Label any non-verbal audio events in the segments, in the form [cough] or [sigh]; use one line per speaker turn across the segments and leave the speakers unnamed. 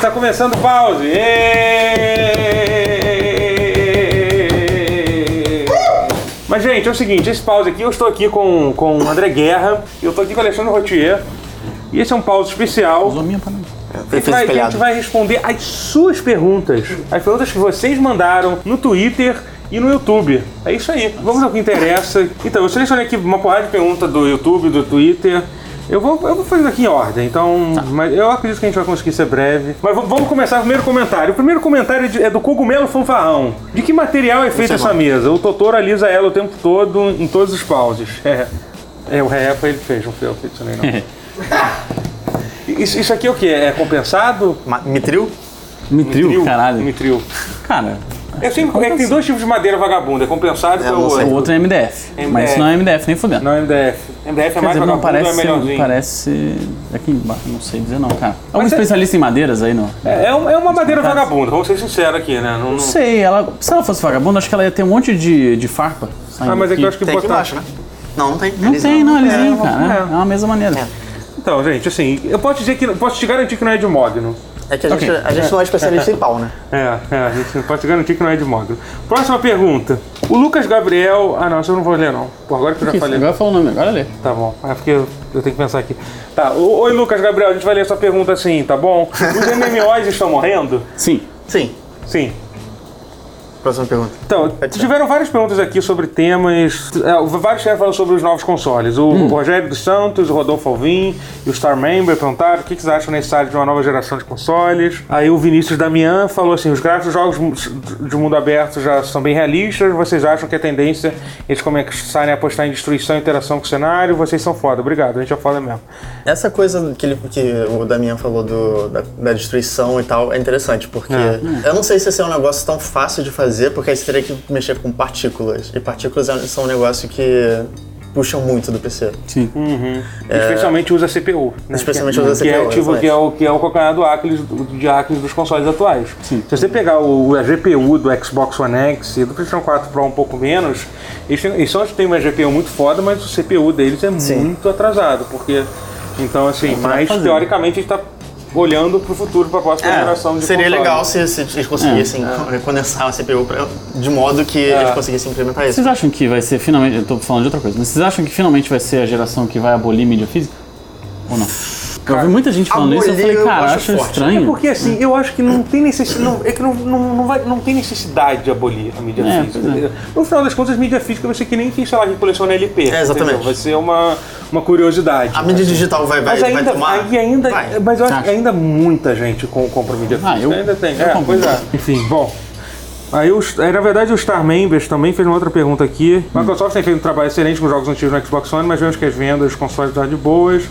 Tá começando o pause! Êêêê! Mas, gente, é o seguinte, esse pause aqui, eu estou aqui com, com o André Guerra, e eu estou aqui com o Alexandre Rotier, e esse é um pause especial.
Zominha pra mim.
A gente, vai, a gente vai responder as suas perguntas. As perguntas que vocês mandaram no Twitter e no YouTube. É isso aí. Vamos ao que interessa. Então, eu selecionei aqui uma porrada de pergunta do YouTube, do Twitter. Eu vou, eu vou fazendo aqui em ordem, então.
Tá.
Mas eu acredito que a gente vai conseguir ser breve. Mas v- vamos começar com o primeiro comentário. O primeiro comentário é, de- é do cogumelo fanfarrão. De que material é feita
é
essa
bom.
mesa? O Totoro alisa ela o tempo todo em todos os pauses. É. É, o ré foi ele que fez, não foi eu que adicionei,
[laughs]
não. Isso, isso aqui é o quê? É compensado?
Ma- Mitril?
Mitril? Caralho.
Mitril.
Cara,
Eu sempre, Um é que tem dois tipos de madeira vagabunda, é compensado e
não
pelo
sei.
o
outro.
outro é MDF.
MDF.
Mas isso não é MDF nem fudendo.
Não, MDF. MDF é
Quer
mais
dizer, não
vagabundo, é
parece. um
melhorzinho.
parece. Aqui embaixo, não sei dizer não, cara. Algum
Mas é-
especialista em madeiras aí, não? Não
É, é um- é uma madeira vagabunda, vamos ser sinceros aqui, né? Não, não-
sei, ela. Se ela fosse vagabunda, acho que ela ia ter um monte de, de farpa. saindo
Ah, mas é que eu acho que
Tem aqui
botar-
embaixo, né? Não, não tem.
Não tem, não, eles iam,
não,
cara. né?
é.
É uma mesma maneira.
Então, gente, assim, eu posso dizer que posso te garantir que não é de mogno.
É que a, gente, a gente não é especialista em pau, né?
É, é, a gente pode te garantir que não é de mogno. Próxima pergunta. O Lucas Gabriel. Ah, não, isso eu não vou ler, não. Pô, agora que eu já
Isso,
falei.
agora falou o nome, agora lê.
Tá bom. É porque eu, eu tenho que pensar aqui. Tá. o- Oi, Lucas Gabriel, a gente vai ler sua pergunta assim, tá bom? Os MMOs estão morrendo?
Sim.
Sim.
Sim.
Próxima pergunta.
Então, tiveram várias perguntas aqui sobre temas. é, vários tiveram falando sobre os novos consoles. O Rogério dos Santos, o Rodolfo Alvim e o Star Member perguntaram o que que vocês acham necessário de uma nova geração de consoles. Aí o Vinícius Damian falou assim: os gráficos dos jogos de mundo aberto já são bem realistas. Vocês acham que a tendência é eles começarem a apostar em destruição e interação com o cenário? Vocês são foda. Obrigado, a gente é foda mesmo.
Essa coisa que, ele, que o Damian falou do- da, da destruição e tal é interessante, porque eu não sei se esse é um negócio tão fácil de fazer, porque aí você teria que mexer com partículas. E partículas é- são um negócio que puxam muito do PC.
Sim.
Hum. Especialmente usa CPU. Né?
Especialmente
que, é-
usa
que É,
CPU,
tipo,
exatamente.
que, é o, que é o calcanhar do Aquiles, do- de Aquiles dos consoles atuais. Se você pegar o, a GPU do Xbox One X e do PlayStation 4 Pro um pouco menos, eles, têm- eles só têm uma GPU muito foda, mas o CPU deles é muito atrasado. Porque, então,
É,
assim, mas
tá
fazer.
teoricamente a gente está olhando para o futuro, para a próxima geração de
É, seria
console.
legal se, se eles conseguissem [laughs] condensar a CPU pra- de modo que eles conseguissem implementar isso.
Vocês acham que vai ser finalmente. Eu tô falando de outra coisa, mas vocês acham que finalmente vai ser a geração que vai abolir mídia física? Ou não? eu vi muita gente falando isso, eu
abolir
falei,
eu
cara,
acho
acho
forte.
É
estranho.
porque assim, eu acho que não tem necessidade. é que não, não, não, vai- não tem necessidade de abolir a mídia
É,
física.
pois é.
entendeu? No final das contas, a mídia física vai ser que nem quem, sei lá, que coleciona LP.
É, exatamente.
entendeu? Vai ser uma, uma curiosidade.
A mídia digital vai, vai,
mas
vai
ainda,
tomar.
aí ainda, é
Vai.
mas eu acho que
Acho.
ainda muita gente com, compra mídia física.
Ah, eu-
ainda tem.
eu
é,
compro.
pois é. Enfim, bom. Aí, o, aí, na verdade, o Star Members também fez uma outra pergunta aqui. Microsoft tem feito um trabalho excelente com jogos antigos no Xbox One, mas vemos que as vendas dos consoles estão de boas,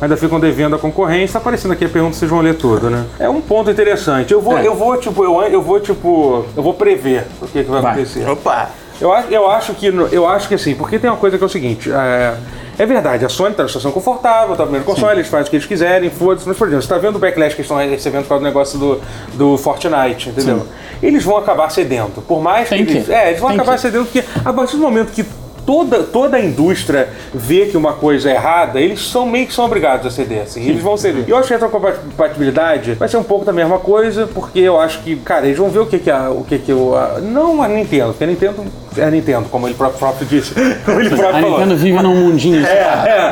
ainda ficam devendo à concorrência. Tá aparecendo aqui a pergunta, vocês vão ler tudo, né? É um ponto interessante. Eu vou,
É.
eu vou tipo, eu, eu vou, tipo, eu vou prever o que, que vai,
Vai.
acontecer.
Opa!
Eu, acho- eu acho que no- eu acho que assim, porque tem uma coisa que é o seguinte, é, é verdade, a Sony tá numa situação confortável, tá vendo console, eles fazem o que eles quiserem, foda-se, mas por exemplo, você tá vendo o backlash que eles estão recebendo por causa do negócio do, do Fortnite, entendeu? Eles vão acabar cedendo, por mais
Tem
que,
que.
eles, é, eles vão
Tem
acabar
que.
cedendo porque a partir do momento que toda, toda a indústria vê que uma coisa é errada, eles são meio que são obrigados a ceder, assim, eles vão ceder. E eu acho que a compatibilidade vai ser um pouco da mesma coisa, porque eu acho que, cara, eles vão ver o que que a, o que que o, a- não a Nintendo, porque a Nintendo é a Nintendo, como ele próprio, próprio disse, [laughs] como ele próprio
A
falou. É,
Nintendo vive num mundinho.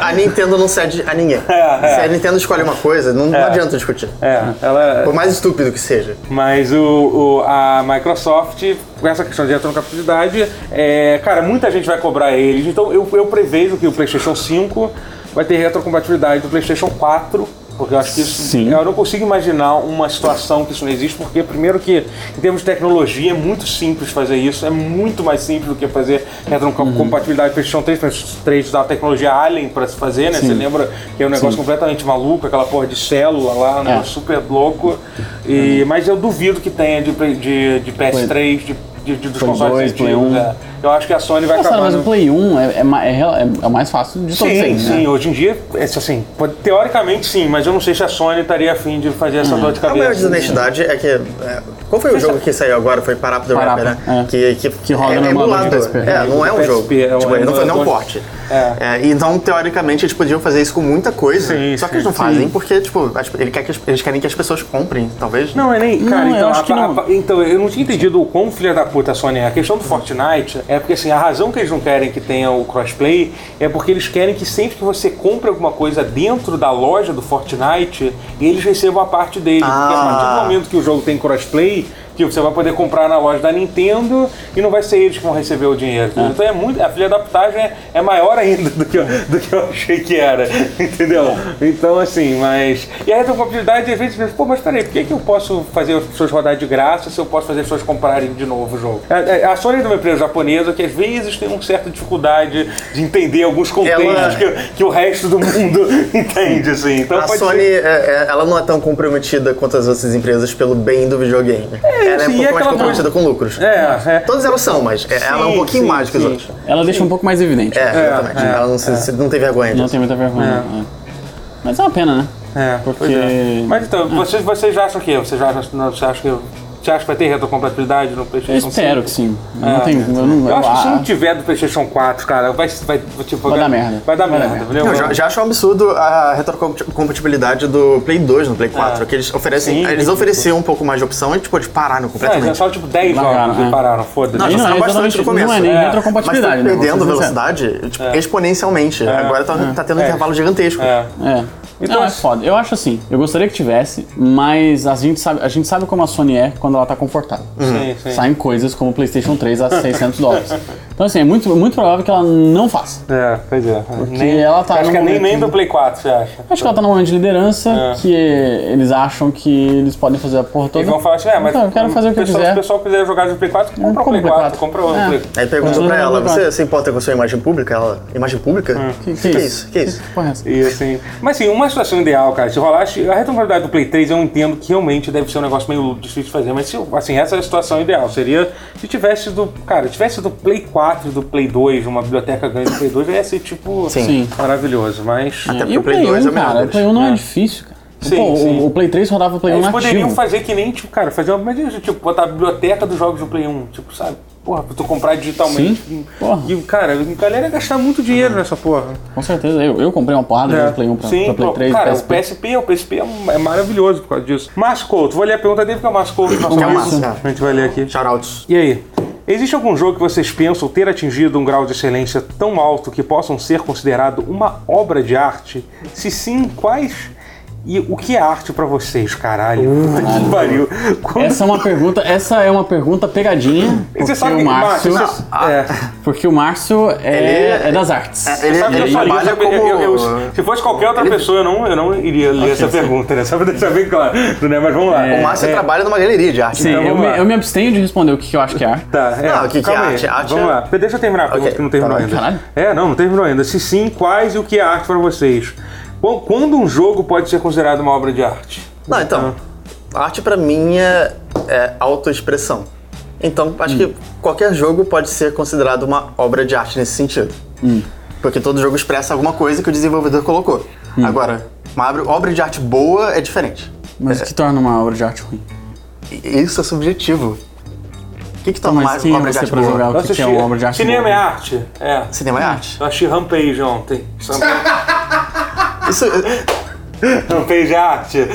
A Nintendo não cede a ninguém. Se a Nintendo escolhe uma coisa, não, não adianta discutir.
É, ela,
Por mais estúpido que seja.
Mas o, o- a Microsoft, com essa questão de retrocompatibilidade, é, cara, muita gente vai cobrar eles. Então eu, eu prevejo que o PlayStation 5 vai ter retrocompatibilidade do PlayStation 4. Porque eu acho que isso.
Sim.
Eu não consigo imaginar uma situação que isso não existe, porque, primeiro, que em termos de tecnologia é muito simples fazer isso, é muito mais simples do que fazer retrocompatibilidade do PlayStion 3. PlayStation 3 usava a tecnologia Alien para se fazer, né? Você lembra que é um negócio completamente maluco, aquela porra de célula
É.
lá, um negócio super louco. E, Mas eu duvido que tenha de, play- de, de PS3, de, de- de- dos
Play
consoles
dois, Play
antigos.
um.
é. Eu Eu acho que a Sony vai
Nossa,
acabar.
mas o
no-
Play 1 é, é, ma- é, rela- é- é o mais fácil de todos
Sim,
eles, né?
sim, hoje em dia, é assim, pode- teoricamente sim, mas eu não sei se a Sony estaria afim de fazer
Uhum.
essa dor de
A maior
cabeça.
desonestidade é que. é, qual foi o jogo que saiu agora? Foi Parappa the
Parappa,
Rapper, né?
é.
Que, que,
roda
é,
no
é
emulador
emulado.
do PSP.
É, não é um
PSP, é
jogo.
um
tipo, ele não, foi- não é um
emulador.
porte. É, então, teoricamente, eles podiam fazer isso com muita coisa.
Sim,
só que eles
sim,
não fazem porque, tipo, as- ele quer que as- eles querem que as pessoas comprem, talvez.
Não, é nem. Cara,
Não, eu
então,
acho
a-
que não.
a- então, eu não tinha entendido o quão filha da puta a Sony é. A questão do Fortnite é porque, assim, a razão que eles não querem que tenha o crossplay é porque eles querem que sempre que você compra alguma coisa dentro da loja do Fortnite, eles recebam a parte dele. Porque a partir do
Ah.
momento que o jogo tem crossplay, que você vai poder comprar na loja da Nintendo e não vai ser eles que vão receber o dinheiro. Então é muito. A filha da putagem é, é maior ainda [laughs] do que, eu, do que eu achei que era. Entendeu?
É.
Então, assim, mas. E a retrocompatibilidade, às vezes, pô, mas peraí, por que, que eu posso fazer as pessoas rodar de graça se eu posso fazer as pessoas comprarem de novo o jogo? A, a- a Sony é uma empresa japonesa que às vezes tem uma certa dificuldade de entender alguns contextos
Ela-
que, que o resto do mundo [laughs] entende, assim. Então
a
pode
Sony,
ser-
é- é- ela não é tão comprometida quanto as outras empresas pelo bem do videogame. ela é
assim,
um
e
pouco mais
aquela-
comprometida com lucros.
É, é.
Todas elas são, mas é- ela é um
Sim,
pouquinho
sim,
mais que os
sim.
outros.
Ela deixa um pouco mais evidente.
É, exatamente.
é,
ela não, se, se- não tem vergonha
Não
disso.
tem muita vergonha. né? Mas é uma pena, né?
É,
Porque- Hum.
pois é. Mas então, vocês, vocês acham o quê? Vocês acham, não, você acha que, você acha que vai ter retrocompatibilidade no
Eu
PlayStation 5?
espero que sim. Eu não tenho. Eu, não,
É. Eu acho que se não
ah,
tiver do PlayStation 4, cara, vai, vai, tipo,
Vai dar merda.
Vai dar
Vai dar
merda,
merda.
entendeu?
Eu já, já acho um absurdo a retrocompatibilidade do Play 2 no Play 4, que eles oferecem,
É. Sim,
eles
sim.
ofereciam um pouco mais de opção e tipo, eles pararam
É, já
completamente.
só tipo 10
Largaram,
jogos e
é.
pararam, foda-se.
Não,
E
já
não,
saiu
é
bastante no
exatamente- não é
começo.
nem
É.
Mas foi
retrocompatibilidade, né? Vou ser
perdendo
sincero.
velocidade tipo, exponencialmente. Agora tá, tá tendo um
É.
intervalo gigantesco.
É.
É.
Então,
Então é
assim-
foda. Eu acho assim, eu gostaria que tivesse, mas a gente sabe, a gente sabe como a Sony é quando ela tá confortável.
Sim, sim.
Saem coisas como o PlayStation 3 a 600 dólares. Então, assim, é muito, muito provável que ela não faça.
É, pois é. nem,
ela tá
acho
num
que é nem,
momento-
nem do Play 4, você acha?
Acho que ela tá num momento de liderança,
É.
que eles acham que eles podem fazer a porra toda.
Eles vão falar assim, é, mas
Então, eu quero fazer o que eu
pessoal,
quiser.
se o pessoal quiser jogar no Play 4, compra o
compra
Play
o Play
4,
4.
compra outro
É.
Play
Aí perguntou
Mas
pra
não
ela,
vai
você se importa com a sua imagem pública? Ela, imagem pública?
Que,
Que, que é isso? Que é isso?
porra é essa?
E assim, mas assim, uma situação ideal, cara, se rolasse. A retrocompatibilidade do Play 3 eu entendo que realmente deve ser um negócio meio difícil de fazer, mas se, eu- assim, essa é a situação ideal. Seria se tivesse do. Cara, tivesse do Play 4 e do Play 2, uma biblioteca grande do Play 2, ia ser tipo
Sim.
maravilhoso. Mas.
Até
E
É porque
o Play 1,
dois melhor
cara, o
deles.
Play 1 não é, difícil, cara.
Sim,
Pô, o-
sim.
O, Play 3 rodava o Play 1
Eles poderiam
nativo.
fazer que nem, tipo, cara, fazer uma. Imagina, tipo, botar a biblioteca dos jogos do Play 1, tipo, sabe? Porra, pra tu comprar digitalmente.
Sim. Porra.
E, cara, a galera ia gastar muito dinheiro nessa porra.
Com certeza, eu, eu comprei uma porrada de
É.
de Play 1 pra,
Sim,
pra Play
pô,
3
cara,
PSP.
o PSP, o PSP é, um- é maravilhoso por causa disso. Márcio Couto, vou ler a pergunta dele, porque é o Márcio Couto, nosso
Que é o
amigo.
Márcio, cara.
A gente vai ler aqui.
Shoutouts.
E aí? Existe algum jogo que vocês pensam ter atingido um grau de excelência tão alto que possam ser considerado uma obra de arte? Se sim, quais? E o que é arte pra vocês, caralho? Puta que pariu. Quando-
Essa é uma pergunta, essa é uma pergunta pegadinha,
E
porque o Márcio,
Márcio, é,
porque o Márcio é, é das artes.
Ele,
sabe que eu
ele
só li
trabalha
essa-
como...
eu- eu- eu- se fosse qualquer outra pessoa, eu não, eu não iria ler essa pergunta, né? Só pra deixar bem claro, né? Mas vamos lá.
O Márcio tá- trabalha numa galeria de é arte. né?
Sim,
então
eu,
vamos
me,
lá.
eu me abstenho de responder o que, que eu acho que é arte.
Tá, é.
Não, o que que
calma
é
aí.
arte? Arte
Vamos
é-
lá. Deixa eu terminar a pergunta
Ok,
que não terminou
tá bom.
ainda.
Caralho.
É, não, não terminou ainda. Se sim, quais e o que é arte para vocês? Qu- Quando um jogo pode ser considerado uma obra de arte?
Não, então. A arte pra mim é, é autoexpressão. Então, acho
Hum.
que qualquer jogo pode ser considerado uma obra de arte nesse sentido.
Hum.
Porque todo jogo expressa alguma coisa que o desenvolvedor colocou.
Hum.
Agora, uma obra- obra de arte boa é diferente.
Mas o que torna uma obra de arte ruim?
E isso é subjetivo. O que, que torna
Mas
mais
quem é
uma obra de
você
arte
pra
boa?
julgar o que, que
assisti-
é uma obra de arte
Cinema
boa?
é arte? É.
Cinema é arte.
Eu achei Rampage ontem.
Isso, eh,
Rampage é arte?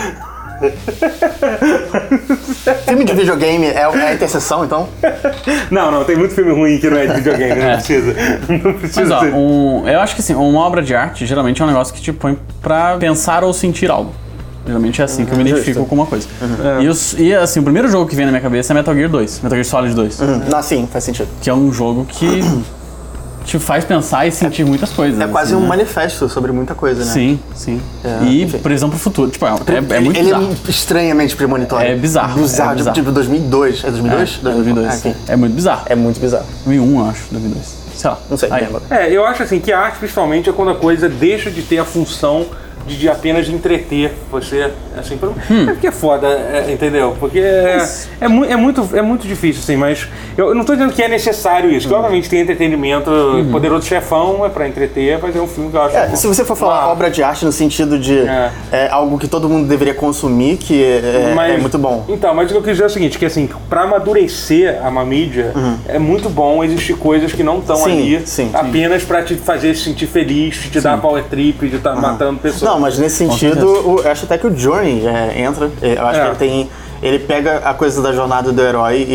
filme de videogame é, é a interseção, então?
Não, não, tem muito filme ruim que não é de videogame, não precisa. Não precisa
Mas ó,
ser.
um- eu acho que assim, uma obra de arte geralmente é um negócio que te põe pra pensar ou sentir algo. Geralmente é assim que eu me identifico com uma coisa. E, os- e, assim, o primeiro jogo que vem na minha cabeça é Metal Gear 2, Metal Gear Solid 2,
Não, sim, faz sentido.
que é um jogo que te faz pensar e sentir muitas coisas.
É quase
assim,
um
né?
manifesto sobre muita coisa, né?
Sim, sim.
É,
e
enfim.
previsão pro futuro. Tipo, é, é- é muito
ele
bizarro.
é estranhamente premonitório.
É bizarro,
Bizarro,
é bizarro.
tipo 2002. É 2002?
É, 2002.
Ah, ok.
É muito bizarro.
É muito bizarro.
2001, eu acho, 2002. Sei lá.
Não sei,
Aí,
lembra.
É, eu acho assim que a arte principalmente é quando a coisa deixa de ter a função de, de apenas entreter você, assim, pra... é porque é foda, é, entendeu? Porque é, é, mu- é muito, é muito difícil, assim, mas eu eu não tô dizendo que é necessário isso, que obviamente tem entretenimento, Poderoso Chefão é pra entreter, mas é um filme que eu acho...
É, se você for falar
uma-
obra de arte no sentido de
É.
é, algo que todo mundo deveria consumir, que é, é-
Mas-
é muito bom.
Então, mas o que eu quis dizer é o seguinte, que assim, pra amadurecer a uma mídia, é muito bom existir coisas que não estão
Uhum. Sim,
ali
sim, sim.
apenas pra te fazer se sentir feliz, te dar power trip, de estar matando pessoas.
Não, mas nesse sentido, o- eu acho até que o Journey é, entra. É, Eu acho
É.
que ele tem. Ele pega a coisa da jornada do herói e,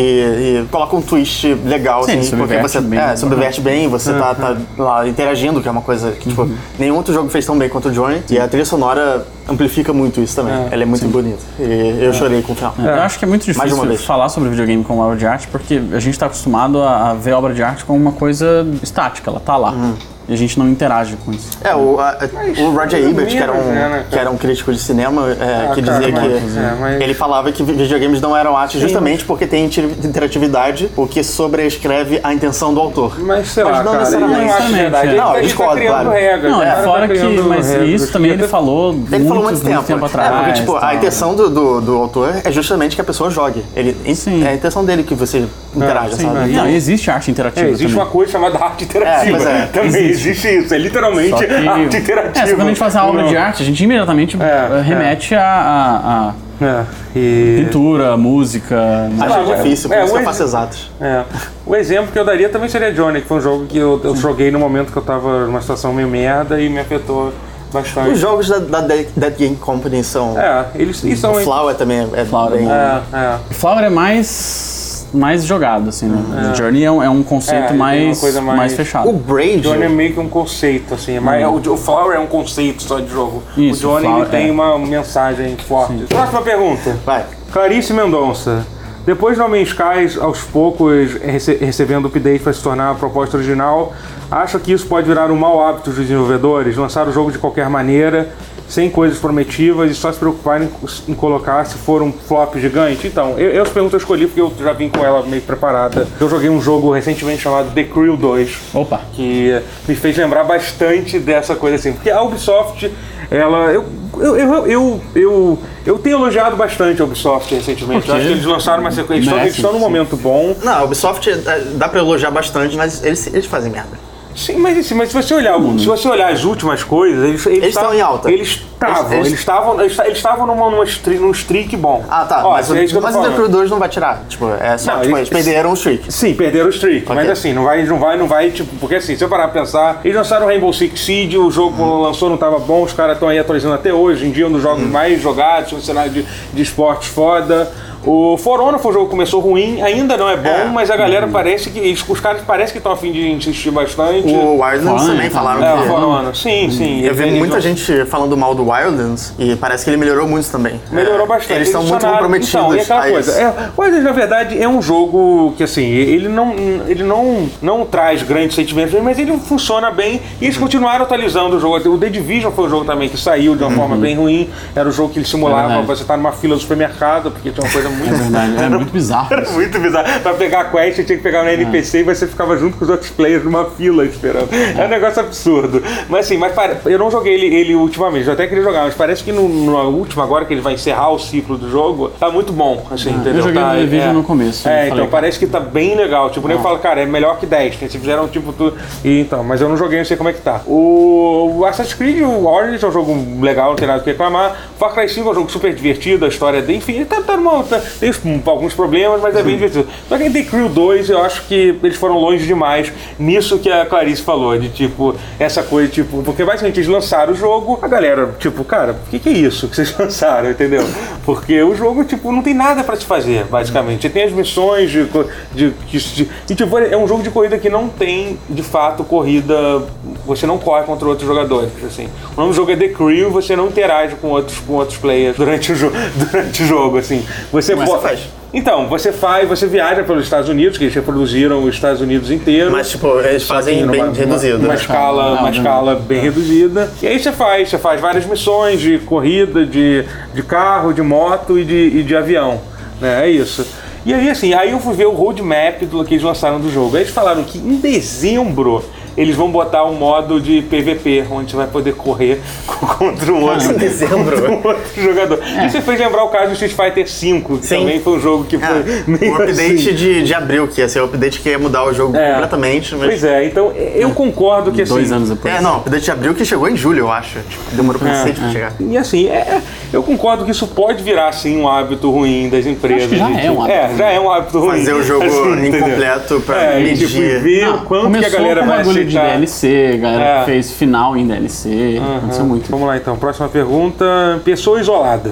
e coloca um twist legal, assim,
Sim, ele
porque
subverte
você
bem. Uhum.
é, subverte bem, você tá, tá lá interagindo, que é uma coisa que, tipo, nenhum outro jogo fez tão bem quanto o Journey. E a trilha sonora amplifica muito isso também. Ela é muito bonita. E
É.
eu chorei com o final.
Eu acho que é muito
Mais uma
difícil
vez.
falar sobre videogame como obra de arte, porque a gente está acostumado a, a ver obra de arte como uma coisa estática, ela tá lá.
Uhum.
E a gente não interage com isso.
É, o, a- a- o Roger
pelo
Ebert, que era,
menos,
um,
né, né,
que era um crítico de cinema, é,
Ah,
que
cara,
dizia
mas-
que.
é, mas-
Ele falava que vi- videogames não eram arte justamente porque tem inter- interatividade, o que sobrescreve a intenção do autor.
Mas sei lá,
não
cara, eu não
necessariamente.
acho verdade.
Não,
Ele tá- ele tá
discordo,
criando
claro.
regras.
Não,
o
é
cara
fora
tá
que.
criando tá
Mas
regras.
isso também ele
Podia ter-
falou
Ele falou muito tempo.
atrás. tá?
É, porque, tipo, a
tal.
intenção do, do, do autor é justamente que a pessoa jogue. Ele,
Sim.
É a intenção dele que você
Ah,
interaja,
Sim,
sabe?
mas-
não, existe arte
É,
interativa.
existe
também.
uma coisa chamada arte interativa.
É, pois é,
[laughs] Também existe. isso. É literalmente
Só que-
[laughs] arte
É,
interativa.
só quando a gente faz a obra de arte, a gente imediatamente eh, remete a, a- a
É, e-
pintura, a música.
Acho
Ah,
difícil, por
é,
isso que eu
hoje-
faço exatos.
É. O exemplo que eu daria também seria Johnny, que foi um jogo que eu, eu joguei no momento que eu tava numa situação meio merda e me afetou bastante.
Os jogos da, da Dead Dead Game Company são.
É, eles e são.
O Flower também é, é
Flower é
bem.
bom.
É, é.
Flower é mais mais jogado, assim, né? Journey é um, é um
É, ele
conceito
tem uma
mais,
coisa
mais...
mais-
fechado.
O Braid.
Ah, Johnny é meio que um conceito, assim. é mais- o, Jo- o Flower é um conceito só de jogo.
Hum. Isso,
o Johnny ele
Flower,
tem
é.
uma mensagem forte. Próxima pergunta.
Vai.
Clarice Mendonça. Depois de No Man's Sky, aos poucos rece- recebendo update para se tornar a proposta original, acha que isso pode virar um mau hábito dos desenvolvedores? Lançar o jogo de qualquer maneira, sem coisas prometivas e só se preocuparem em colocar se for um flop gigante? Então, eu, eu essa pergunta eu escolhi porque eu já vim com ela meio preparada. Eu joguei um jogo recentemente chamado The Crew 2
Opa.
que me fez lembrar bastante dessa coisa assim, porque a Ubisoft, ela. Eu, eu, eu, eu, eu, eu tenho elogiado bastante a Ubisoft recentemente.
Porque
Eu acho que eles lançaram uma sequência. Eles estão- Eles
merece,
estão num
sim.
momento bom.
Não, a Ubisoft eh, dá pra elogiar bastante, mas eles, eles fazem merda.
Sim, mas, assim, mas se você olhar, se você olhar as últimas coisas, eles
Eles estão em alta.
Eles estavam,
Eles-
eles
eles-
estavam, eles eles estavam numa, numa streak, num streak bom.
Ah, tá.
Ó,
mas o,
é isso que eu tô
mas o The
falando.
Crew 2 não vai tirar. Tipo, é só,
Não,
tipo,
eles-
eles perderam o streak.
Sim, perderam o streak, mas assim, não vai, não vai, não vai, tipo, porque assim, se eu parar pra pensar, eles lançaram o Rainbow Six Siege, o jogo
Uhum.
quando lançou não tava bom, os caras estão aí atualizando até hoje, em dia é um dos jogos mais jogados, um cenário de, de esportes foda. O For Honor foi um jogo que começou ruim, ainda não é bom,
É.
mas a galera parece que, eles- os caras parecem que estão afim de insistir bastante.
O Wildlands
Fala,
também
né?
falaram
É, o
que.
For Honor, sim, sim.
Eu vi
Eles-
muita
eles-
gente falando mal do Wildlands e parece que ele melhorou muito também.
Melhorou
É,
bastante.
Eles estão muito
adicionaram-
comprometidos.
Então, e aquela
a
coisa.
isso.
É, o Wildlands, na verdade, é um jogo que, assim, ele não, ele não, não traz grandes sentimentos, mas ele funciona bem. E eles continuaram atualizando o jogo. O The Division foi um jogo também que saiu de uma forma bem ruim. Era o jogo que ele simulava
verdade.
você estar numa fila do supermercado, porque tinha uma [laughs] coisa muito.
É verdade, é muito bizarro. isso.
Muito bizarro. Pra pegar a quest, você tinha que pegar na NPC e você ficava junto com os outros players numa fila esperando. É, um negócio absurdo. Mas assim, mas pare- eu não joguei ele, ele ultimamente, eu até queria jogar, mas parece que no, no último, agora que ele vai encerrar o ciclo do jogo, tá muito bom, assim, entendeu?
joguei
tá,
no Division no começo, eu
É,
falei, Ah.
então
cara.
parece que tá bem legal. Tipo, nem eu falo, cara, é melhor que 10, né? Se fizeram tipo tudo. E, então, mas eu não joguei, não sei como é que tá. O, o Assassin's Creed, o Origins é um jogo legal, não tem nada o que reclamar. Far Cry 5 é um jogo super divertido, a história dele, enfim, tá, tá numa, tá- tem uns- alguns problemas, mas é bem divertido. Só que em The Crew 2, eu acho que eles foram longe demais nisso que a Clarice falou, de tipo, essa coisa, tipo, porque basicamente eles lançaram o jogo, a galera, tipo, cara, o que, que é isso que vocês [laughs] lançaram, entendeu? Porque o jogo, tipo, não tem nada pra se fazer, basicamente. Você tem as missões de, co- de, de, de- E, tipo, é um jogo de corrida que não tem, de fato, corrida. Você não corre contra outros jogadores, assim. O nome do jogo é The Crew e você não interage com outros, com outros players durante o, jo [laughs] durante o jogo, assim. Você
Mas você
pode-
faz.
Então, você faz, você viaja pelos Estados Unidos, que eles reproduziram os Estados Unidos inteiro
Mas, tipo, eles fazem bem
numa-
reduzido.
Uma, uma
né?
escala,
Não,
uma
não.
escala bem reduzida. E aí você faz, você faz várias missões de corrida, de, de carro, de moto e de, e de avião. Né? É isso. E aí, assim, aí eu fui ver o roadmap do que eles lançaram do jogo. Aí eles falaram que em dezembro eles vão botar um modo de PVP, onde você vai poder correr [laughs] contra o outro.
Ah, Em dezembro.
com outro jogador.
É.
Isso fez lembrar o caso do Street Fighter V, que
Sim.
também foi um jogo [laughs] que foi
É,
meio
o update
assim.
de, de abril, que ia ser o update que ia mudar o jogo
É.
completamente, mas.
Pois é, então eu concordo que assim...
Ah, Dois anos depois.
É, não, o update de abril que chegou em julho, eu acho. Tipo, demorou
É,
pra cacete pra chegar.
E assim, é- eu concordo que isso pode virar assim um hábito ruim das empresas.
Acho que já
de,
é
tipo,
um hábito
É,
ruim.
já é um hábito ruim. assim,
Fazer o jogo
entendeu?
incompleto pra
é, e,
medir.
tipo, e ver o quanto que a
começou
galera
com
vai
bagulho de
aceitar.
DLC, a galera
É.
fez final em DLC, aconteceu é muito.
Vamos lá então, próxima pergunta. Pessoa isolada.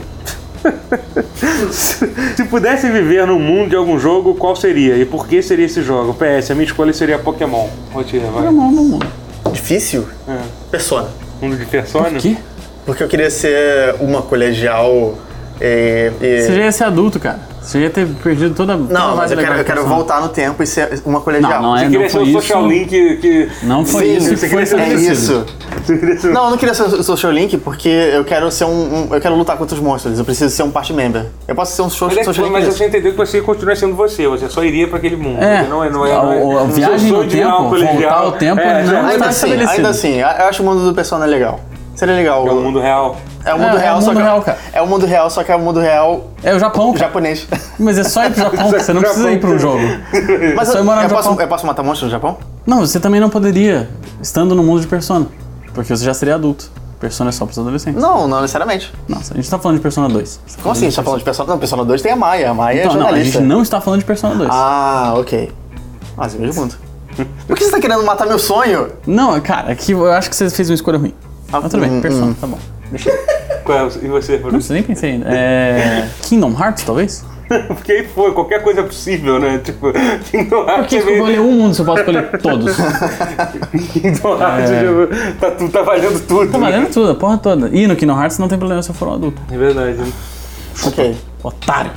[laughs] Se pudesse viver no mundo de algum jogo, qual seria? E por que seria esse jogo? PS, a minha escolha seria Pokémon. Rotina, vai.
Não, não, não.
Difícil?
É.
Persona.
Mundo de Persona?
Que?
Porque eu queria ser uma colegial e. e-
Você já ia ser adulto, cara. Você já ia ter perdido toda, toda a
Não, mas
vibe
eu quero,
legal
eu quero
do personagem.
voltar no tempo e ser uma colegial.
Não, não é,
Você queria
não
ser
foi
o Social
isso.
Link que...
Não foi
Sim,
isso
você
que foi
queria ser- é
estabelecido.
isso.
um-
Não, eu não queria ser o Social Link porque eu quero ser um, um- Eu quero lutar contra os monstros. Eu preciso ser um party member. Eu posso ser um so-
Mas, é que-
Social Link.
mas
mesmo.
você entendeu que você continua sendo você, você só iria pra aquele mundo.
É.
Você Não é, não é,
A-
não é,
a- a
não é-
viagem
seu
no
sonho de virar
tempo,
um colegial.
voltar ao tempo,
é,
não.
já-
Ainda
tá
assim,
estabelecido.
ainda assim, eu acho o mundo do Persona legal. Seria legal.
é o mundo real.
É o mundo
É, é
real,
o
só
mundo
que.
real, cara.
É o mundo real, só que é o mundo real
É o Japão, cara.
japonês. [laughs]
Mas é só ir pro Japão, cara. você não precisa ir pra um jogo.
Mas
Só ir
eu,
morar no
eu posso,
Japão.
eu posso matar monstros no Japão?
Não, você também não poderia, estando no mundo de Persona. Porque você já seria adulto. Persona é só pros adolescentes.
Não, não necessariamente.
Nossa, a gente tá falando de Persona 2.
Como assim? Você tá falando de Persona? Não, Persona 2 tem a Maia. A Maia é
Então, não, a
jornalista.
gente não está falando de Persona 2.
Ah, ok. Ah, Mas eu vejo muito. Por que você tá querendo matar meu sonho?
Não, cara, aqui eu acho que você fez uma escolha ruim.
Ah,
Mas tudo bem,
hum,
Persona, tá bom. Deixa eu...
Qual é o- E você, Bruno?
Putz, eu nem pensei ainda. É... Kingdom Hearts, talvez?
[laughs] Porque aí foi, qualquer coisa é possível, né? Tipo, [laughs] Kingdom
Por
Hearts
que eu
meio-
escolher um mundo se eu posso escolher [laughs] todos?
[laughs] Kingdom Hearts tipo, tá, tudo- tá valendo tudo.
É. Tá valendo tudo, a porra toda. E no Kingdom Hearts não tem problema se eu for um adulto.
É verdade. né?
Ok.
Otário.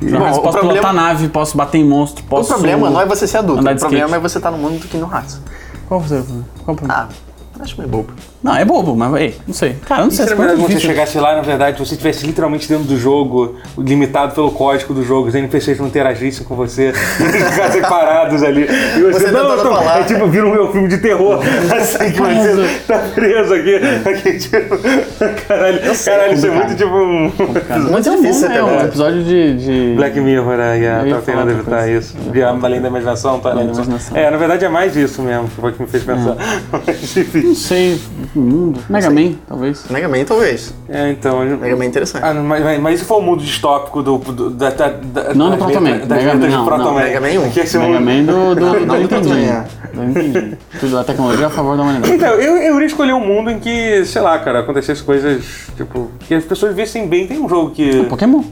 Kingdom
Bom,
Hearts,
o
posso
problema-
pilotar nave, posso bater em monstro,
O
posso...
problema não é você ser adulto,
andar
o
de
problema
skate.
é você estar no mundo do Kingdom Hearts.
Qual foi o problema? Qual o problema?
Ah, acho meio bobo.
Não, é bobo, mas ei, não sei. Cara, eu não sei
Se
é
se
na verdade você
difícil.
chegasse lá, na verdade, se você estivesse literalmente dentro do jogo, limitado pelo código do jogo, os NPCs não interagissem com você, [laughs] eles ficassem parados ali. E você,
Você
não,
tentando
não,
falar.
é tipo vira um meu filme de terror, [laughs] assim que você
Preso.
tá preso aqui. aqui tipo, [laughs] caralho, caralho isso é muito tipo um
Muito
é um
difícil
bom,
até
né,
agora.
um episódio de... de-
Black Mirror, né? E a
Eu ia
pra
falar
Fernanda
outra
evitar
coisa.
isso. De além da imaginação, tá além da imaginação.
imaginação. Uhum.
É, na verdade é mais isso mesmo, que foi o que me fez pensar. [laughs] Mas, enfim.
Não sei, mundo. Mega Man, talvez.
Mega Man talvez.
É, então. eu-
Mega Man é interessante.
Ah, não, mas, mas, mas isso foi o mundo distópico do, do- da, da, da,
Não do
das
Protoman.
letras- das
Mega
letras
Man,
de
não,
Protoman.
não.
Mega Man um.
Que esse
Mega
mundo-
[laughs]
Man do, do, do
Não,
Nintendinho.
não,
Do Nintendinho. Tudo, a tecnologia é a favor da humanidade.
Então, eu, eu iria escolher um mundo em que, sei lá, cara, acontecessem coisas, tipo, que as pessoas vissem bem. Tem um jogo que.
Pokémon.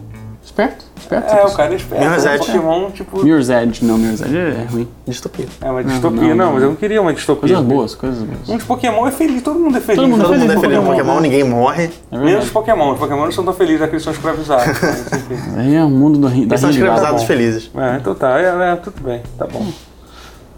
Esperto, esperto.
É, o cara é esperto.
Mirror's
Um
Edge.
Pokémon, tipo.
Mirror's Edge, não, Mirror's Edge é ruim.
Distopia.
É uma distopia. Não,
não, não.
mas eu não queria uma distopia.
Coisas boas, coisas boas.
Um de Pokémon é feliz, todo mundo é feliz. um
mundo é
Todo
Feliz
mundo é
no
feliz no
Pokémon,
Pokémon,
né?
ninguém morre.
É
Menos os
verdade.
Pokémon. Os Pokémon não são tão felizes, já que eles são escravizados. Mas,
[laughs]
enfim.
Aí é o mundo do ri- da
Eles são
rede gado.
escravizados
bom.
felizes.
é, então tá, é, é, tudo bem, tá bom.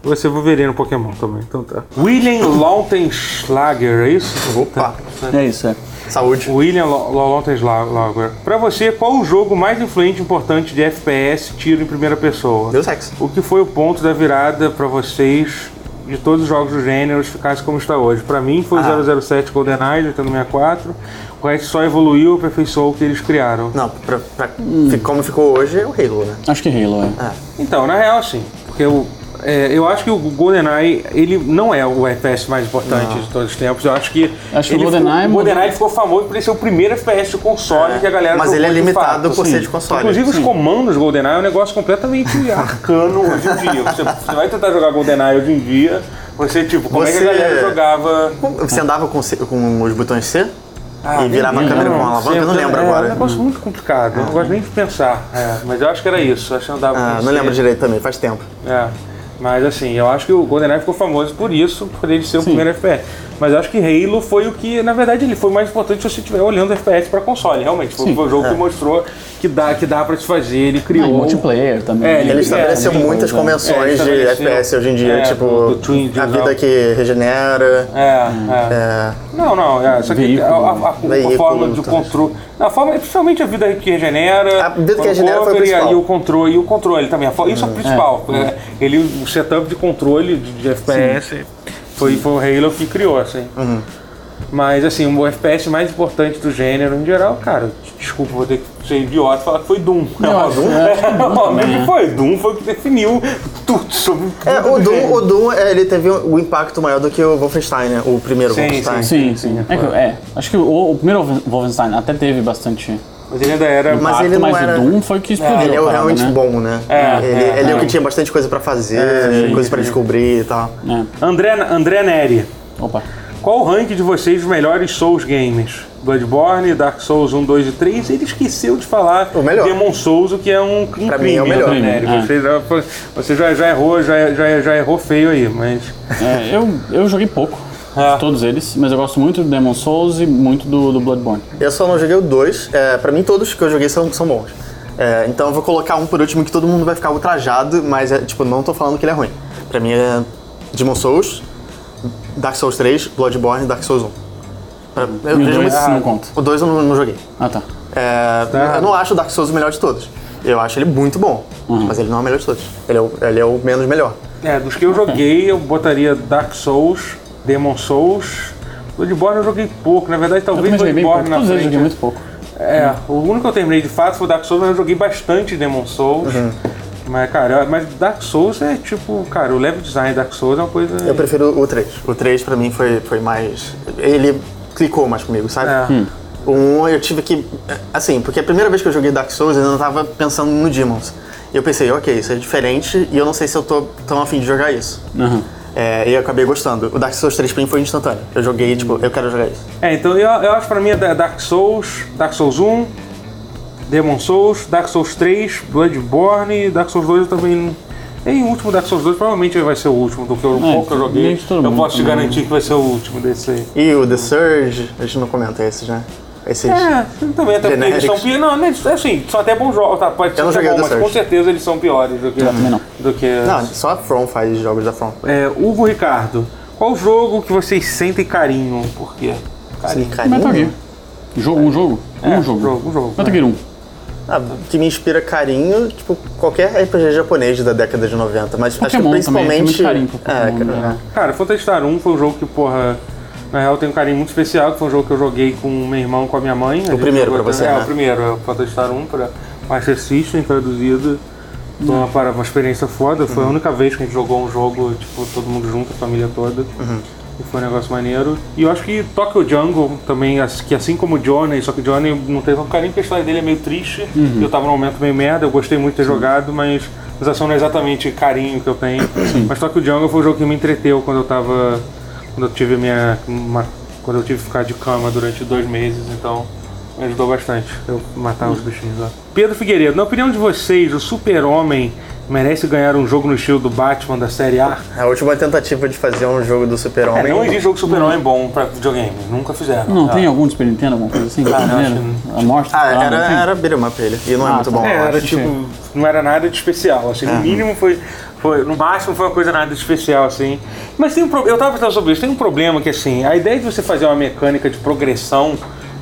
Você viveria no é Pokémon também, então tá. William Lautenschlager, é isso?
Opa.
né?
É isso, é.
Saúde.
William Lo- Lo- Lautenschlager. Pra você, qual o jogo mais influente e importante de FPS tiro em primeira pessoa?
Deu sexo.
O que foi o ponto da virada pra vocês de todos os jogos do gênero ficasse como está hoje? Pra mim foi o 007 GoldenEye, Nintendo 64. O resto só evoluiu e aperfeiçoou o que eles criaram.
Não, pra, pra- fi- como ficou hoje é o Halo, né?
Acho que é Halo, é.
Então, na real, sim. Porque eu, é, eu acho que o GoldenEye, ele não é o FPS mais importante de todos os tempos. Eu acho que.
Acho que o
ele
GoldenEye
ficou-
mudou.
GoldenEye ficou famoso por ele ser o primeiro FPS de console que a galera
Mas ele
jogou
é
de
limitado
fato,
por
assim.
ser de console.
Inclusive, os comandos GoldenEye é um negócio
[laughs]
completamente arcano hoje em dia. Você, você vai tentar jogar GoldenEye hoje em dia, você, tipo, como é que
Você-
a galera jogava.
Com- Você andava com, C- com os botões C
Ah,
e virava a
não,
câmera com uma alavanca? Eu não lembro
é, É um
agora.
negócio muito complicado, eu não gosto nem de pensar. É, mas eu acho que era isso. eu Acho que andava
Ah,
com
não
isso.
lembro direito também, faz tempo.
É. Mas assim, eu acho que o GoldenEye ficou famoso por isso, por ele ser o primeiro FPS. Mas eu acho que Halo foi o que, na verdade, ele foi mais importante se você estiver olhando FPS para console, realmente. Foi,
Sim.
foi o jogo que mostrou que dá, que dá para se fazer, ele
Ah, e
criou.
multiplayer também.
É, ele
Ele
É,
estabeleceu
também,
muitas
É,
convenções de
estabeleceu.
FPS hoje em dia,
É,
tipo,
do- do Twin, de
a
usar
vida
o-
que regenera.
É,
Hum.
é.
é,
Não, não, é, só que a,
Veículo.
a- a- a
Veículo,
forma de
talvez.
controle. A forma, principalmente a vida que regenera.
A vida que
o
regenera foi o
cover e aí
principal.
o controle, e o
Uhum. É,
controle também. a fo- Isso é o principal. né? Ele, o setup de controle de, de FPS Foi, foi o Halo que criou, assim.
Uhum.
Mas, assim, o FPS mais importante do gênero em geral, cara, desculpa, vou ter que ser idiota e falar que foi Doom.
Eu acho,
[laughs] Doom,
é, acho que Doom
óbvio
também,
que
né?
foi. Doom foi o que definiu tudo sobre tudo
É, o
do
Doom,
gênero.
o Doom é, ele teve um- o impacto maior do que o Wolfenstein, né? O primeiro
Sim,
Wolfenstein.
Sim,
Sim, sim.
é
É, que- é, acho que o, o primeiro Wolfenstein até teve bastante
Mas ele ainda era...
Mas
impacto,
ele não
mas
era-
o Doom foi o que explodiu.
Ele é
a
o
parada,
realmente
né?
bom, né?
É,
ele
é,
ele é o
é.
que tinha bastante coisa pra fazer, coisa pra descobrir e tal.
André, André Neri.
É. Opa.
Qual o rank de vocês dos melhores Souls games? Bloodborne, Dark Souls 1, 2 e 3. Ele esqueceu de falar
O melhor.
Demon Souls, o que é um, um crime.
mim é o melhor.
né?
Crime, é.
Você, já, você já, já errou, já, já, já errou feio aí, mas...
É, eu, eu joguei pouco.
[laughs] É.
de Todos eles, mas eu gosto muito do Demon Souls e muito do, do Bloodborne.
Eu só não joguei o 2. É, pra mim, todos que eu joguei são, são bons. É, então eu vou colocar um por último que todo mundo vai ficar ultrajado, mas é, tipo, não tô falando que ele é ruim. Pra mim é Demon Souls, Dark Souls 3, Bloodborne e Dark Souls 1. Pra- eu
E o
vejo
dois
muito-
não conta.
O 2 eu não, não joguei.
Ah, tá.
É,
Tá.
Eu não acho o Dark Souls o melhor de todos. Eu acho ele muito bom,
Uhum.
mas ele não é o melhor de todos. Ele é o, ele é o menos melhor.
É, dos que eu joguei, eu botaria Dark Souls, Demon Souls. Bloodborne eu joguei pouco, na verdade
Eu
talvez
também joguei bem pouco.
Bloodborne na
Todos eles eu joguei
frente.
muito pouco.
É, o único que eu terminei de fato foi o Dark Souls, mas eu joguei bastante Demon Souls.
Uhum.
Mas, cara, mas Dark Souls é tipo, cara, o level design de Dark Souls é uma coisa.
Eu prefiro o 3. O 3 pra mim foi, foi mais. Ele clicou mais comigo, sabe?
É.
O 1 eu tive que. Assim, porque a primeira vez que eu joguei Dark Souls eu ainda tava pensando no Demons. E eu pensei, ok, isso é diferente e eu não sei se eu tô tão afim de jogar isso.
Aham.
É, e eu acabei gostando. O Dark Souls 3 pra mim foi instantâneo. Eu joguei, tipo, eu quero jogar isso.
É, então eu, eu acho pra mim é da- Dark Souls, Dark Souls 1, Demon Souls, Dark Souls 3, Bloodborne, Dark Souls 2 eu também. não- E o último Dark Souls 2 provavelmente vai ser o último, do que
É,
eu, pouco que eu
meio
joguei.
que todo
Eu
mundo
posso te
também, né?
garantir que vai ser o último desse aí.
E o The Surge, a gente não comenta esses, né? Esses.
É, também até porque eles
Genéricos.
são piores. Não, né, eles- assim, são até bons jogos, tá? Pode ser
Eu não
que é
joguei
bom,
The
mas
Surge.
com certeza eles são piores do que.
também não.
Do que
Não, só a From faz jogos da From.
É, Hugo Ricardo, qual jogo que vocês sentem carinho? Por quê?
Assim,
Carinho.
tá
Metal Gear. É um Jogo, um jogo?
tá É,
um jogo.
jogo, um jogo,
Metal Gear 1.
Ah, que me inspira carinho, tipo, qualquer RPG japonês da década de 90, mas acho que
Pokémon também,
principalmente.
tem muito carinho pro
é,
Pokémon,
cara,
né?
Cara, Phantasy Star 1 foi um jogo que, porra, na real tem um carinho muito especial, que foi um jogo que eu joguei com meu irmão, com a minha mãe. A gente
primeiro
jogou
pra
até-
você,
É,
né?
o primeiro, é o Phantasy Star 1 pra Master System, traduzido. Foi uma, para- uma experiência foda, foi a única vez que a gente jogou um jogo, tipo, todo mundo junto, a família toda. E foi um negócio maneiro. E eu acho que Tokyo Jungle também, as- que assim como Johnny, só que Johnny não tem tanto carinho, porque a história dele é meio triste. Eu tava num momento meio merda, eu gostei muito de ter jogado, mas mas ação não é exatamente carinho que eu tenho. Mas Tokyo Jungle foi um jogo que me entreteu quando eu tava. Quando eu tive minha. uma- quando eu tive que ficar de cama durante dois meses, então me ajudou bastante eu matar os bichinhos lá. Pedro Figueiredo, na opinião de vocês, o Super-Homem merece ganhar um jogo no estilo do Batman da série A?
é A última tentativa de fazer um jogo do
É,
Super-Homem.
não existe jogo super-homem bom pra videogame. Nunca fizeram.
Não,
Ah.
tem algum do Super Nintendo, alguma coisa assim?
Ah, não, acho
Primeiro? a morte?
ah,
lá,
era,
não tem?
era beat 'em up ele, e não é
Ah,
muito
tá.
bom.
É,
eu
era
acho.
tipo, não era nada de especial, assim,
É.
no mínimo foi, foi, no máximo foi uma coisa nada de especial, assim. Mas tem um problema, eu tava pensando sobre isso, tem um problema que, assim, a ideia de você fazer uma mecânica de progressão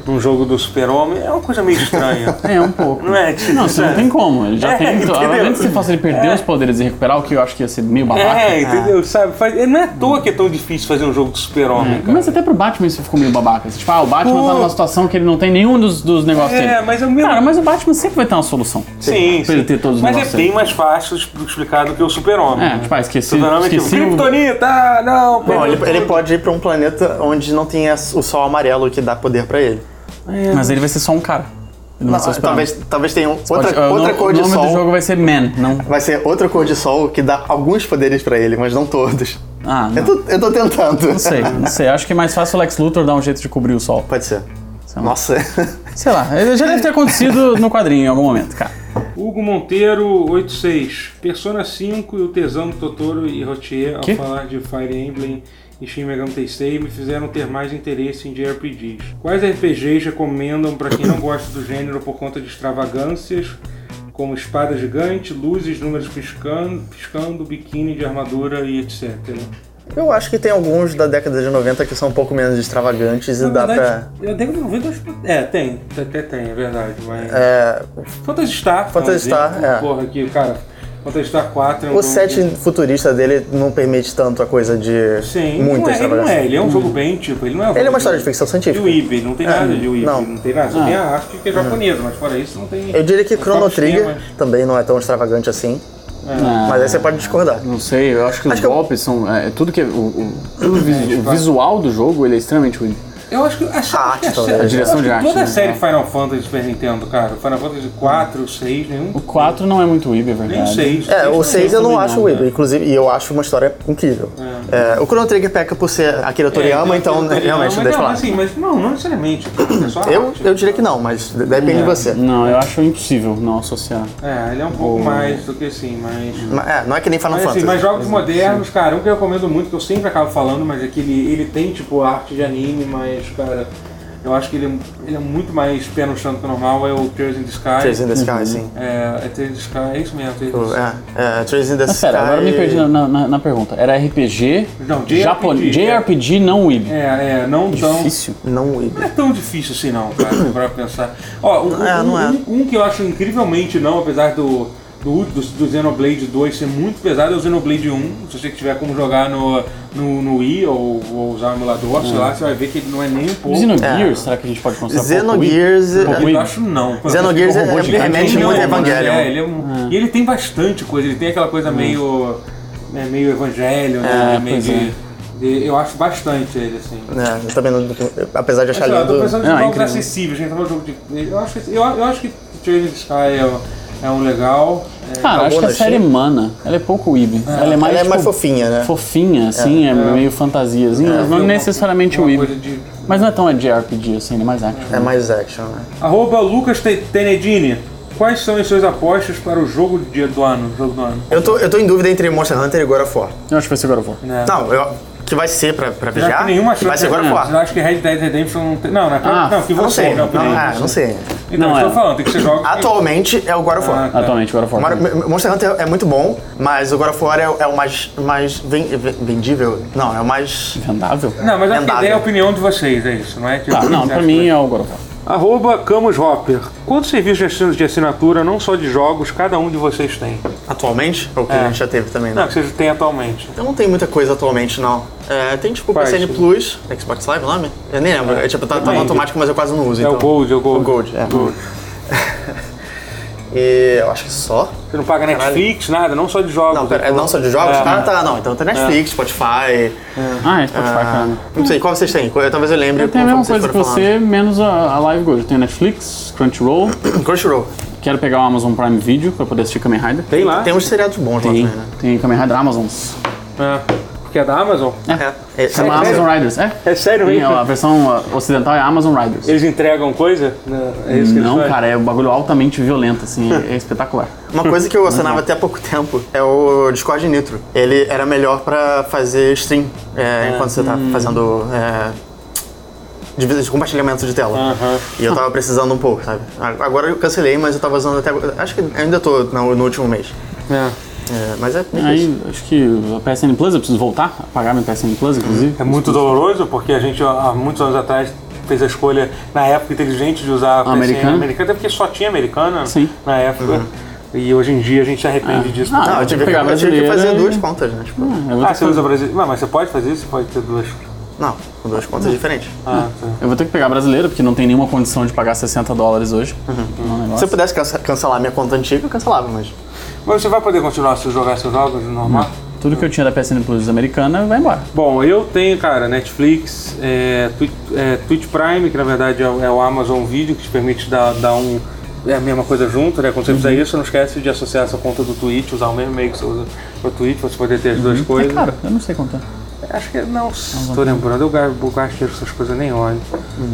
num jogo do super-homem é uma coisa meio estranha.
[laughs] É, um pouco.
Não é, tipo,
Não, você
é.
não tem como. Ele já
[laughs] É,
tem.
entendeu?
Antes de fazer ele perder os poderes e recuperar, o que eu acho que ia ser meio babaca. né,
é,
Ah.
entendeu? Sabe? Faz- não é à toa que é tão difícil fazer um jogo do super-homem, cara.
Mas até pro Batman isso ficou meio babaca. Tipo, ah, o Batman tá numa situação que ele não tem nenhum dos, dos negócios
É,
dele.
mas é o mesmo-
Cara, mas o Batman sempre vai ter uma solução.
Sim,
Pra
sim.
ele ter todos os
Mas é
negócios
bem
dele.
mais fácil de explicar do que o super-homem. Né?
É, tipo, ah, esqueci-
Super-Homem é tipo,
esqueci o-
Kryptonita, ah, não,
Bom,
perdeu
ele,
tudo."
ele pode ir pra um planeta onde não tem as- o sol amarelo que dá poder pra ele.
É.
Mas ele vai ser só um cara. Ele não vai ser o Superman.
talvez, talvez tenha outra,
Pode- ah, o
outra
no-
cor
O
de
nome do
sol.
jogo vai ser Man, não.
Vai ser outra cor de sol que dá alguns poderes pra ele, mas não todos.
Ah, não.
Eu tô, eu tô tentando.
Não sei, não sei. Acho que é mais fácil o Lex Luthor dar um jeito de cobrir o sol.
Pode ser.
lá.
Nossa.
Sei lá, ele já deve ter acontecido no quadrinho em algum momento, cara.
Hugo Monteiro, 86. Persona 5 e o tesão do Totoro e Rotier, ao
Que?
falar de Fire Emblem e Shin Megami Tensei, me fizeram ter mais interesse em JRPGs. Quais RPGs recomendam pra quem [coughs] não gosta do gênero por conta de extravagâncias, como espada gigante, luzes, números piscando, piscando biquíni de armadura e etc?
Eu acho que tem alguns da década de 90 que são um pouco menos extravagantes e dá
é
pra.
eu devo não ver, É, tem, até tem, é verdade, mas...
É,
Phantasy Star.
Phantasy
por exemplo.
Star, é.
Porra, que, cara, Phantasy Star 4 é
Uhum.
um
O
jogo
set
que-
futurista dele não permite tanto a coisa de
Sim, não é,
muita
ele não é,
extravagância.
ele é um jogo bem, tipo, ele não é um
Hum. Ele é uma
jogo
história de ficção
de
científica.
Weeb, ele não tem
É,
nada de Weeb,
não. Ah.
não tem nada, só tem a arte que é japonesa, mas fora isso não tem...
Eu diria que
não tá
Chrono
toca
Trigger
esquema.
também não é tão extravagante assim,
É.
Ah,
mas aí você pode discordar.
Não sei, eu acho que os
que eu-
golpes são. É, tudo que. é- O, o, tudo o visu-
tipo,
o visual do jogo ele é extremamente ruim.
Eu acho que a, acho
arte,
que a,
talvez.
série-
A
direção
eu acho
de
que
arte,
Toda
né?
a série Final Fantasy de Super Nintendo, cara, Final Fantasy 4, 6, nenhum,
O 4 não é muito Weeb, é
nem o
verdade.
6.
É, o 6 eu não
também
acho
não,
Weeb,
né?
inclusive, e eu acho uma história incrível. É, o Chrono Trigger peca por ser Akira Toriyama, então
né,
realmente
mas,
deixa
não,
pra lá.
assim, mas não, não necessariamente, é só a
Eu,
arte.
eu diria que não, mas depende
É.
de você.
Não, eu acho impossível não associar.
É, ele é um pouco mais do que assim, mas...
Ma- É, não é que nem Final
Mas, assim,
Fantasy.
mas jogos modernos, cara, um que eu recomendo muito, que eu sempre acabo falando, mas é que ele, ele tem, tipo, arte de anime, mas, cara, eu acho que ele, é- ele é muito mais pé no chão do que o normal, é o Tears in the Sky.
Trace in the
Uhum.
Sky, sim.
É, é Tears in the Sky, é isso mesmo, Tears in the Sky.
É, é, Trace in the
Mas
Sky.
Ah, pera, agora eu me
é.
perdi na, na- na pergunta. Era RPG,
Não, JRPG.
japonês, JRPG não Weeb.
É, é, não tão...
Difícil.
Não Weeb.
Não é tão difícil assim não, cara, pra pensar. Ó, um,
É, não
um-
é.
um- um que eu acho incrivelmente não, apesar do, do, ult- do, do Xenoblade 2 ser muito pesado, é o Xenoblade 1. Se você tiver como jogar no, no, no Wii ou, ou usar o emulador, sei lá, você vai ver que ele não é nem um pouco.
Xenogears, será que a gente pode considerar pouco Weeb?
Xenogears.
Pouco
Eu
Weeb?
acho não.
Xenogears é-
robô
é-
gigante.
remete
Ele é um-
muito a
É,
Evangelion.
ele é um- E ele tem bastante coisa, ele tem aquela
Hum.
coisa meio. né, meio evangelho, né?
É,
meio
pois
de,
é.
de- Eu acho bastante ele, assim.
É, eu também não. Apesar de achar
Sei lá, eu tô
lindo.
pensando em
Não, é
jogos
incrível.
acessíveis, gente. Jogo de... eu, acho que, eu, eu acho que Train Sky é, um- é um legal. É,
Cara, acho que a
Acabou, né,
série
Chico?
mana. Ela é pouco Weeb. Ela é mais,
Ela é mais
tipo,
fofinha, É. né?
fofinha, assim, é, meio fantasiazinha. mas não
uma-
necessariamente
uma
Weeb.
coisa de-
Mas não é tão JRPG assim, ele é mais action.
É mais action, né?
Arroba Lucas Te- Tenedini. Quais são as suas apostas para o jogo de- do ano? Jogo do ano.
Eu tô, eu tô em dúvida entre Monster Hunter e God of War.
Eu acho que vai ser God of War.
Né?
Não, eu, que vai ser pra, pra
Já
vigiar?
que nenhuma
vai ser God of
Não, Eu
War.
acho que Red Dead Redemption não tem. Não, não, é pra-
Ah,
não que
Eu não
você.
sei. Não,
que nem
ah,
você.
não sei.
Então,
Não,
eu tô
é.
falando, tem que ser jogos. que-
Atualmente é o God of War.
Ah, tá.
Atualmente, God of War.
Mar- M- Monster Hunter é muito bom, mas o God of War é, é o mais, mais ven- ven- vendível. Não, é o mais.
Vendável?
Não, mas acho que a
Vendável.
ideia é a opinião de vocês, é isso, não é? Tipo,
Tá, não,
vocês
pra
acham
mim é o God of War.
Arroba Camus Hopper. Quantos serviços de assin- de assinatura, não só de jogos, cada um de vocês tem?
Atualmente? É o que
É.
a gente já teve também, né?
Não, que vocês têm atualmente.
Eu não tenho muita coisa atualmente, não. É, tem tipo o
Quais?
PCN Plus, Xbox Live o nome? Eu nem lembro. É, tipo, tá, tá no automático, mas eu quase não uso.
É
então.
o Gold, é o Gold.
O Gold, é.
Gold.
E eu acho que só.
Você não paga Netflix, nada, não só de jogos.
Não, pera, é não só de jogos?
É.
Ah, tá, não. Então tem Netflix, Spotify.
Ah, é Spotify, cara.
ah, não sei, qual vocês têm? Qual- Talvez eu lembre.
Eu tenho a
conforme
mesma
vocês
coisa que
foram
você, menos a, a Live Gold. Eu tenho Netflix, Crunchyroll,
falando. Crunchyroll.
quero pegar o Amazon Prime Video pra poder assistir Kamen Rider.
Tem lá.
Tem uns seriados bons lá
Tem,
também,
um-
né?
tem Kamen Rider Amazon.
É. Porque é da Amazon?
É, é,
Chama
é-
Amazon Riders, é?
[laughs]
É sério
Tem,
mesmo?
a versão ah, ocidental é Amazon Riders.
Eles entregam coisa? É isso que eles
Não,
fazem?
cara, é um bagulho altamente violento, [laughs] assim, é, é espetacular.
Uma coisa que eu assinava até há pouco tempo é o Discord Nitro. Ele era melhor pra fazer stream é, enquanto você tá fazendo é, divisa de compartilhamento de tela.
Aham.
E eu tava precisando um pouco, sabe? A- Agora eu cancelei, mas eu tava usando até. Acho que ainda tô no, no último mês.
É.
É, mas é meio difícil.
Aí, acho que a PSN Plus, eu preciso voltar a pagar meu PSN Plus, inclusive.
É muito doloroso, porque a gente há muitos anos atrás fez a escolha, na época inteligente, de usar a PCN
Americana.
americana, até porque só tinha americana
Sim.
na época. E hoje em dia a gente se arrepende disso.
Ah,
Não, eu
tem
tive que,
que pegar Hum.
eu tive que
brasileira
fazer
e-
duas contas, né? Tipo,
Eu vou,
Ah,
ter
você
que,
usa Brasil. Não, mas você pode fazer isso? Pode ter duas.
não, com duas contas diferentes.
Ah, tá.
eu vou ter que pegar a brasileira, porque não tem nenhuma condição de pagar 60 dólares hoje. no
Se
negócio.
eu pudesse cansa- cancelar minha conta antiga, eu cancelava, mas.
Mas você vai poder continuar se jogar seus jogos normal?
Tudo que eu tinha da PSN Plus americana vai embora. É
Bom, eu tenho, cara, Netflix, é, Twitch, é, Twitch Prime, que na verdade é, o- é o Amazon Video, que te permite dar, dar um. É a mesma coisa junto, né? Quando você fizer isso, não esquece de associar essa conta do Twitch, usar o mesmo e-mail que você usa pro Twitch, pra você poder ter as duas coisas.
É caro, eu não sei quanto é.
Acho que não estou lembrando, eu gasto eu gasto dinheiro com essas coisas, eu nem olho.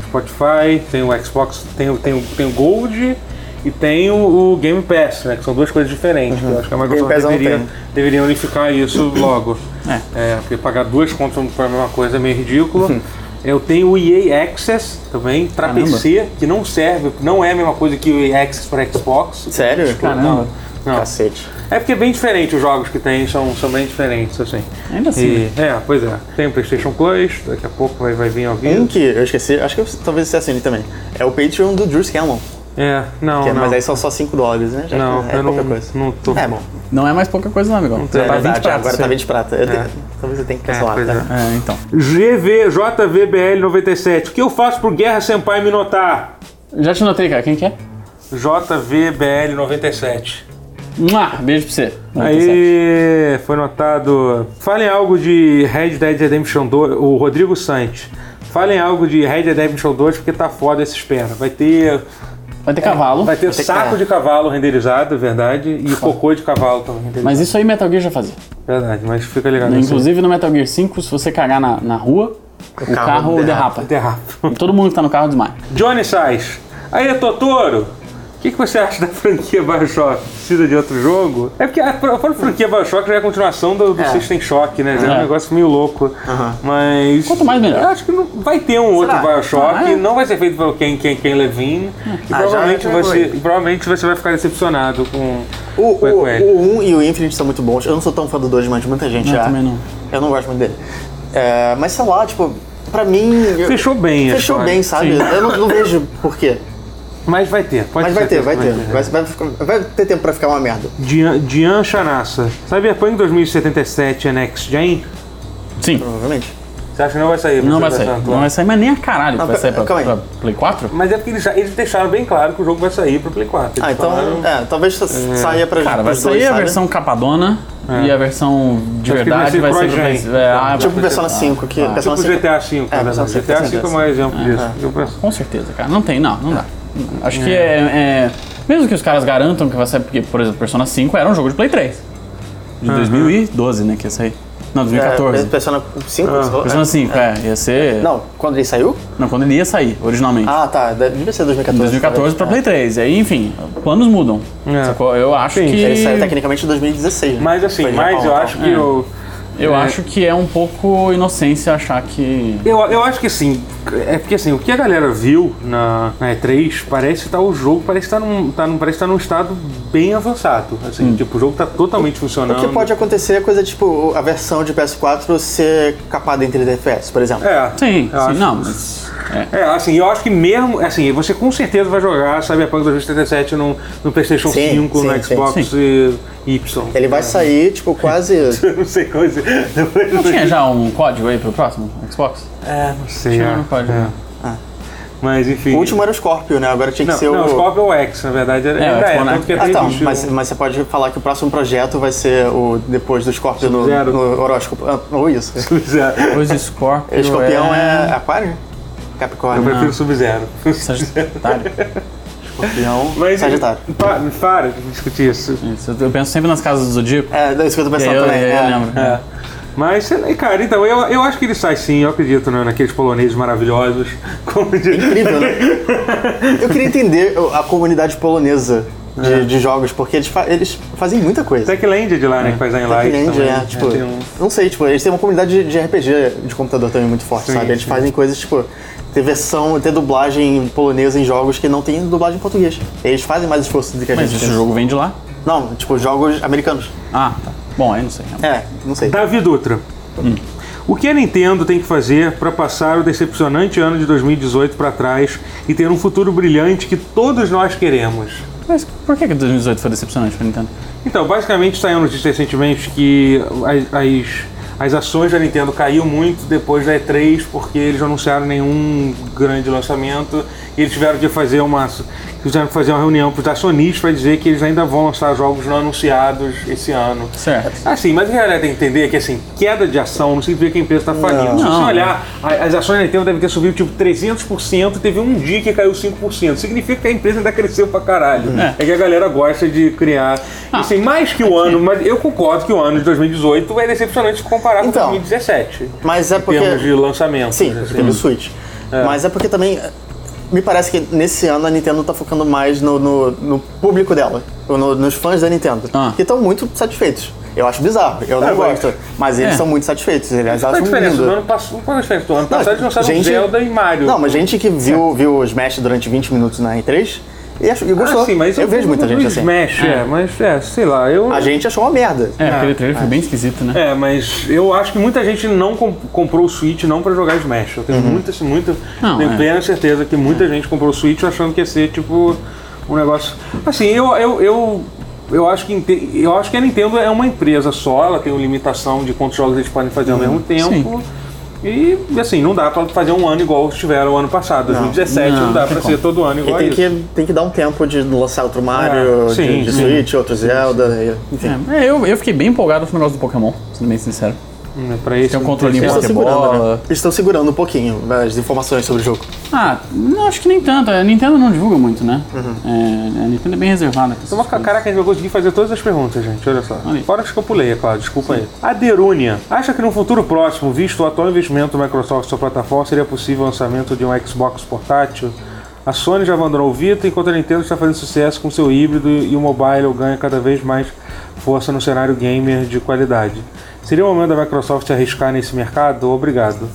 Spotify, tem o Xbox, tem, o- tem, o- tem o Gold e tem o, o Game Pass, né? Que são duas coisas diferentes. Eu acho que a Microsoft
Pass eu não
deveria,
tenho.
deveria unificar isso logo. É, porque pagar duas contas para a mesma coisa é meio ridículo. Eu tenho o EA Access também, para
Caramba.
PC, que não serve, não é a mesma coisa que o EA Access para Xbox.
Sério?
Caramba.
Não, não.
Tipo, Cacete.
É porque é bem diferente os jogos que tem, são, são bem diferentes, assim.
Ainda assim,
E- é, pois é. Tem o PlayStation Plus, daqui a pouco vai, vai vir alguém.
assim Um que eu esqueci, acho que eu- talvez você assine também, é o Patreon do Drew Scanlon.
É, não,
Que-
não.
Mas aí são só 5 dólares, né? Já
não,
é
eu
pouca
não,
coisa.
não tô...
É bom.
Não é mais pouca coisa, não, amigão.
tem.
Já
É
tá
Verdade,
20 pratos.
agora tá
já.
20 prata. Eu tenho- Talvez eu tenha que cancelar.
pois
tá?
é.
É, então.
GV, JVBL 97. O que eu faço pro Guerra Senpai me notar?
Já te notei, cara. Quem que é?
JVBL 97.
Mua, beijo pra você.
Aí foi notado. Falem algo de Red Dead Redemption 2, o Rodrigo Santos. Falem algo de Red Dead Redemption 2 porque tá foda esse espera. Vai ter,
Vai ter cavalo.
vai ter
ter
saco
cara.
de cavalo renderizado, é verdade, e cocô de cavalo também renderizado.
Mas isso aí Metal Gear já fazia.
Verdade, mas fica ligado. assim. nisso.
Inclusive no Metal Gear 5, se você cagar na, na rua, o, carro,
carro
derrapa.
derrapa.
Derrapa.
Todo mundo que tá no carro desmaia.
[laughs] Johnny Sais. Aí, Totoro, o que, que você acha da franquia Bioshock? Precisa de outro jogo? É porque a própria franquia Bioshock já é a continuação do, do
É.
System Shock, né? Já é.
É.
um negócio meio louco. Mas.
Quanto mais, melhor.
Eu acho que não vai ter um outro Bioshock,
Ah, é?
não vai ser feito pelo Ken Ken Ken Levine. E,
Ah, já
provavelmente
já
você,
foi.
e provavelmente você vai ficar decepcionado com.
O,
Foi
o,
com ele.
o 1 e o Infinite são muito bons. Eu não sou tão fã do 2, mas muita gente
Eu
já.
também não.
Eu não gosto muito dele. É, mas sei lá, tipo, pra mim. eu-
Fechou bem, a
Fechou
história.
bem, sabe? Eu não, não vejo por quê.
Mas vai ter, pode
Mas
ter certeza
vai ter, vai
que
ter. Vai, vai ficar- vai ter tempo pra ficar uma merda.
Dian Dian Chanassa. Cyberpunk 2077 é Next Gen?
Sim.
Provavelmente.
Você acha que não vai sair?
Não vai
Você
sair.
tá falando?
Não vai sair, mas nem a caralho.
Não,
vai
pera-
sair pra,
calma aí.
pra Play 4?
Mas é porque eles, já- eles deixaram bem claro que o jogo vai sair pro Play 4. Eles
Ah,
falaram-
então. É, talvez sa- saia pra
Cara, vai
pros dois, É. Tipo,
sair a
sabe?
versão capadona e a versão de
Acho que vai
verdade
ser
vai ser pro
cross-gen.
Play- é, ah,
Tipo
vai-
Persona 5, que.
Tipo
Persona
o
5.
GTA V,
É,
na verdade.
Persona
GTA V é o
5
maior exemplo disso. Eu penso-
Com certeza, cara. Não tem, não, não dá. Acho que é, é- Mesmo que os caras garantam que vai sair, porque, por exemplo, Persona 5 era um jogo de Play 3. De 2012, né? Que ia sair. Não, 2014.
É, Persona 5?
Ah,
você falou?
Persona 5, é, ia ser. Não.
Não, quando ele saiu?
quando ele ia sair, originalmente.
Ah, tá. Deve devia ser 2014.
2014 pra
talvez. É.
Play 3. E aí, enfim, planos mudam.
É.
Sacou? Eu acho
Sim,
que.
Ele saiu É, tecnicamente em 2016. né?
Mas assim,
Foi no
mas
Japão,
eu
então.
acho que eu,
Eu
É.
acho que é um pouco inocência achar que.
eu. Eu acho que assim. É porque assim, o que a galera viu na, na E3 parece que tá o jogo, parece que tá num, tá num, parece que tá num estado bem avançado. Assim,
Hum.
tipo, o jogo tá totalmente funcionando.
O que pode acontecer é coisa tipo a versão de PS4 ser capada em 30 FPS, por exemplo.
É.
Sim,
eu
sim,
acho-
não, mas. É.
É, assim, eu acho que mesmo, assim, você com certeza vai jogar Cyberpunk 2077 no, no PlayStation
Sim,
5,
sim,
no
sim,
Xbox E, Y.
Ele vai sair, tipo, quase.
[laughs] Eu [laughs] não sei coisa.
Não tinha já um código aí pro próximo Xbox?
É, não sei.
Tinha,
é,
não pode,
é.
né?
Ah.
Mas enfim.
o último era o Scorpio, né? Agora tinha que
não,
ser
não,
o.
o Scorpio é o X, na verdade. Era,
É, o
ainda
X,
é,
né?
tanto que
Ah,
tem
tá,
visto-
mas, mas você pode falar que o próximo projeto vai ser o depois do Scorpio no,
Sub-Zero.
no horóscopo. Ah, ou isso.
Pois é.
Pois Scorpio.
Escorpião é Aquário? Capricórnio.
Ah.
Eu prefiro Sub-Zero.
Sagitário.
Escorpião. é
Mas,
Sagitário.
Pa- para de discutir isso.
Isso, eu penso sempre nas casas do Zodíaco.
É, é isso que eu tô
E
pensando
aí eu,
também.
eu
é.
lembro.
É. Mas, sei lá, cara, então, eu, eu acho que ele sai sim, eu acredito né, naqueles poloneses maravilhosos. [laughs] Como de...
Incrível, né? [laughs] Eu queria entender a comunidade polonesa de,
É.
de jogos, porque eles, fa- eles fazem muita coisa.
Techland é de lá, né, que faz a Enlight.
Grande,
também.
é, tipo,
tem um-
não sei, tipo, eles têm uma comunidade de, de RPG de computador também muito forte,
Sim,
sabe? Eles
sim.
fazem coisas, tipo, ter versão, ter dublagem polonesa em jogos que não tem dublagem em português. Eles fazem mais esforço do que a
Mas
gente.
esse
pensa.
jogo vem de lá?
Não, tipo, jogos americanos.
Ah, tá. Bom, aí não sei.
É, não sei.
Davi Dutra. O que a Nintendo tem que fazer para passar o decepcionante ano de 2018 para trás e ter um futuro brilhante que todos nós queremos?
Mas por que que 2018 foi decepcionante pra Nintendo?
Então, basicamente saiu notícia recentemente que a- as, as ações da Nintendo caíram muito depois da E3, porque eles não anunciaram nenhum grande lançamento e eles tiveram de fazer uma. Quiseram fazer uma reunião para os acionistas para dizer que eles ainda vão lançar jogos não anunciados esse ano.
Certo.
Assim, mas o que a galera tem que entender é que assim, queda de ação não significa que a empresa está falindo. Se você
Não.
olhar, a- as ações da Nintendo devem ter subido tipo 300% e teve um dia que caiu 5%. Significa que a empresa ainda cresceu pra caralho. É, que a galera gosta de criar. assim, mais que o ano, mas eu concordo que o ano de 2018 é decepcionante se comparar com
Então,
2017.
Mas é
Em
porque.
termos de assim. lançamento.
Sim, porque teve o Switch. Mas é porque também. eh, Me parece que nesse ano a Nintendo tá focando mais no, no- no público dela, ou no- nos fãs da Nintendo,
Ah.
que estão muito satisfeitos. Eu acho bizarro, eu não
Ah, mas-
gosto, mas eles
É.
são muito satisfeitos, eles
Qual é a
acham
diferença do
lindo.
ano passado? Qual é a diferença do ano passado? Eles lançaram
gente-
Zelda e Mario.
Não, mas gente que viu,
É.
viu o Smash durante 20 minutos na E3 e, achou, e gostou.
Ah, sim, mas
eu vejo muita gente assim.
Smash, é. mas é, sei lá, eu.
A gente achou uma merda.
É, aquele trailer foi bem esquisito, né?
É, mas eu acho que muita gente não com- comprou o Switch não pra jogar
Uhum.
Smash. Eu tenho muita, muita,
Não,
tenho
é.
plena certeza que muita gente comprou o Switch achando que ia ser tipo um negócio. Assim, eu, eu, eu, eu, acho que, inte- eu acho que a Nintendo é uma empresa só, ela tem uma limitação de quantos jogos eles podem
Uhum.
fazer ao mesmo tempo. E assim, não dá pra fazer um ano igual tiveram o ano passado. 2017 não,
Não,
dá
não
pra
tem
ser todo ano
E
igual a
tem
isso.
que, tem que dar um tempo de lançar outro Mario,
É, sim,
de, de
sim.
Switch, outro Zelda, e- enfim.
É, é, eu, eu fiquei bem empolgado com o negócio do Pokémon, sendo bem sincero.
Hum, Pra esse
Tem um controle
terceiro.
em
Eles estão
Pokébola.
segurando, né? Eles estão segurando um pouquinho as informações sobre o jogo.
Ah, não, acho que nem tanto. A Nintendo não divulga muito, né? É, a Nintendo é bem reservada. com essas
Eu vou ficar-
coisas.
Caraca, a gente vai conseguir fazer todas as perguntas, gente. Olha só.
Olha aí.
Fora as que eu pulei, é claro, desculpa aí. A Derúnia acha que no futuro próximo, visto o atual investimento do Microsoft em sua plataforma, seria possível o lançamento de um Xbox portátil? A Sony já abandonou o Vita, enquanto a Nintendo está fazendo sucesso com seu híbrido e o mobile ganha cada vez mais força no cenário gamer de qualidade. Seria o momento da Microsoft se arriscar nesse mercado? Obrigado.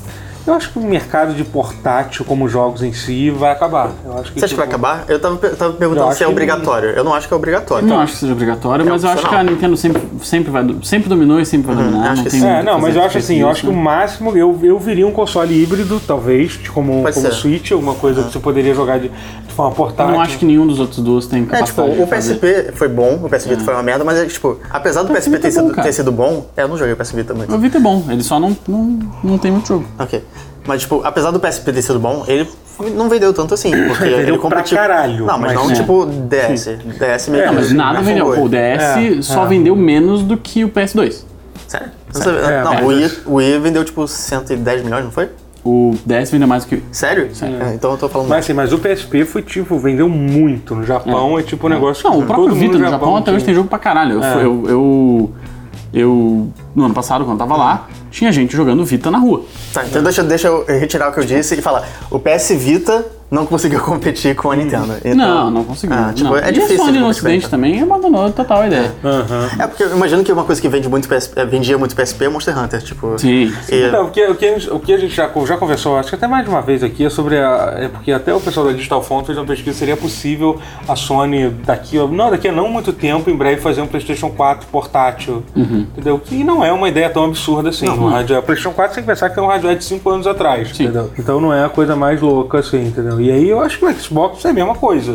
Eu acho que o mercado de portátil, como jogos em si, vai acabar. Eu acho que,
Você acha que vai
tipo,
acabar? Eu tava, pe- tava perguntando
Eu acho
se é
que-
obrigatório. Eu não acho que é obrigatório.
Não acho que seja obrigatório, mas eu acho que a
opcional.
Nintendo sempre, sempre, vai, do- sempre dominou e sempre vai dominar.
Uhum. acho
não
que
tem
sim.
muito
É,
o
não,
fazer
mas eu acho
respeito
assim, eu
disso,
acho que o
né?
máximo, eu, eu viria um console híbrido, talvez, de como,
Pode
como
ser. É.
Switch, alguma coisa que você poderia jogar de, de forma
Eu
portátil.
não acho que nenhum dos outros duas tem
É, tipo,
capacidade
o
de fazer.
PSP foi bom, o PS Vita foi uma merda, mas, é, tipo, apesar do PS Vita ter,
Vita é bom,
sido,
cara.
ter sido bom, é, eu não joguei o PS Vita muito.
O Vita é bom, ele só não, não, não tem muito jogo.
Ok. Mas, tipo, apesar do PSP ter sido bom, ele f- não vendeu tanto assim, porque ele
Vendeu pra
competiu...
caralho,
Não,
mas
mas, não,
é.
tipo, DS. DS mesmo.
Não,
É, Mas nada vendeu.
afogou
Pô, O
É, ele.
DS
É,
só
é.
vendeu menos do que o PS2.
Sério? Não, sabia-
É,
não,
mas-
o, Wii, o Wii vendeu, tipo, 110 milhões, não foi?
O DS vendeu mais do que.
Sério? Sério. então eu tô falando...
Mas, assim, mas o PSP foi tipo, vendeu muito no Japão, é, tipo um negócio
Não,
que
o próprio
todo
Vita
mundo
no Japão até hoje tem jogo pra caralho.
É.
Eu, fui- eu, eu, eu- No ano passado, quando eu tava lá, tinha gente jogando Vita na rua.
Tá, então deixa, deixa eu retirar o que eu disse e falar. O PS Vita não conseguiu [laughs] competir com a Nintendo. Então-
Não, não conseguiu.
Ah, tipo,
não.
é
e
difícil
a Sony
de
no
competir.
Ocidente também abandonou total a ideia.
É porque eu imagino que uma coisa que vende muito PSP, eh, vendia muito PSP é Monster Hunter, tipo.
Sim.
E,
Então, o que, o, que a gente, o que a gente já, con- já conversou, acho que até mais de uma vez aqui, é sobre a. É porque até o pessoal da Digital Font fez uma pesquisa, seria possível a Sony daqui, a- não, daqui a não muito tempo, em breve, fazer um PlayStation 4 portátil. Entendeu? Que não é uma ideia tão absurda assim. o rádio, a PlayStation 4 tem que pensar que é um rádio de 5 anos atrás. Entendeu? Então não é a coisa mais louca, assim, entendeu? E aí eu acho que o Xbox é a mesma coisa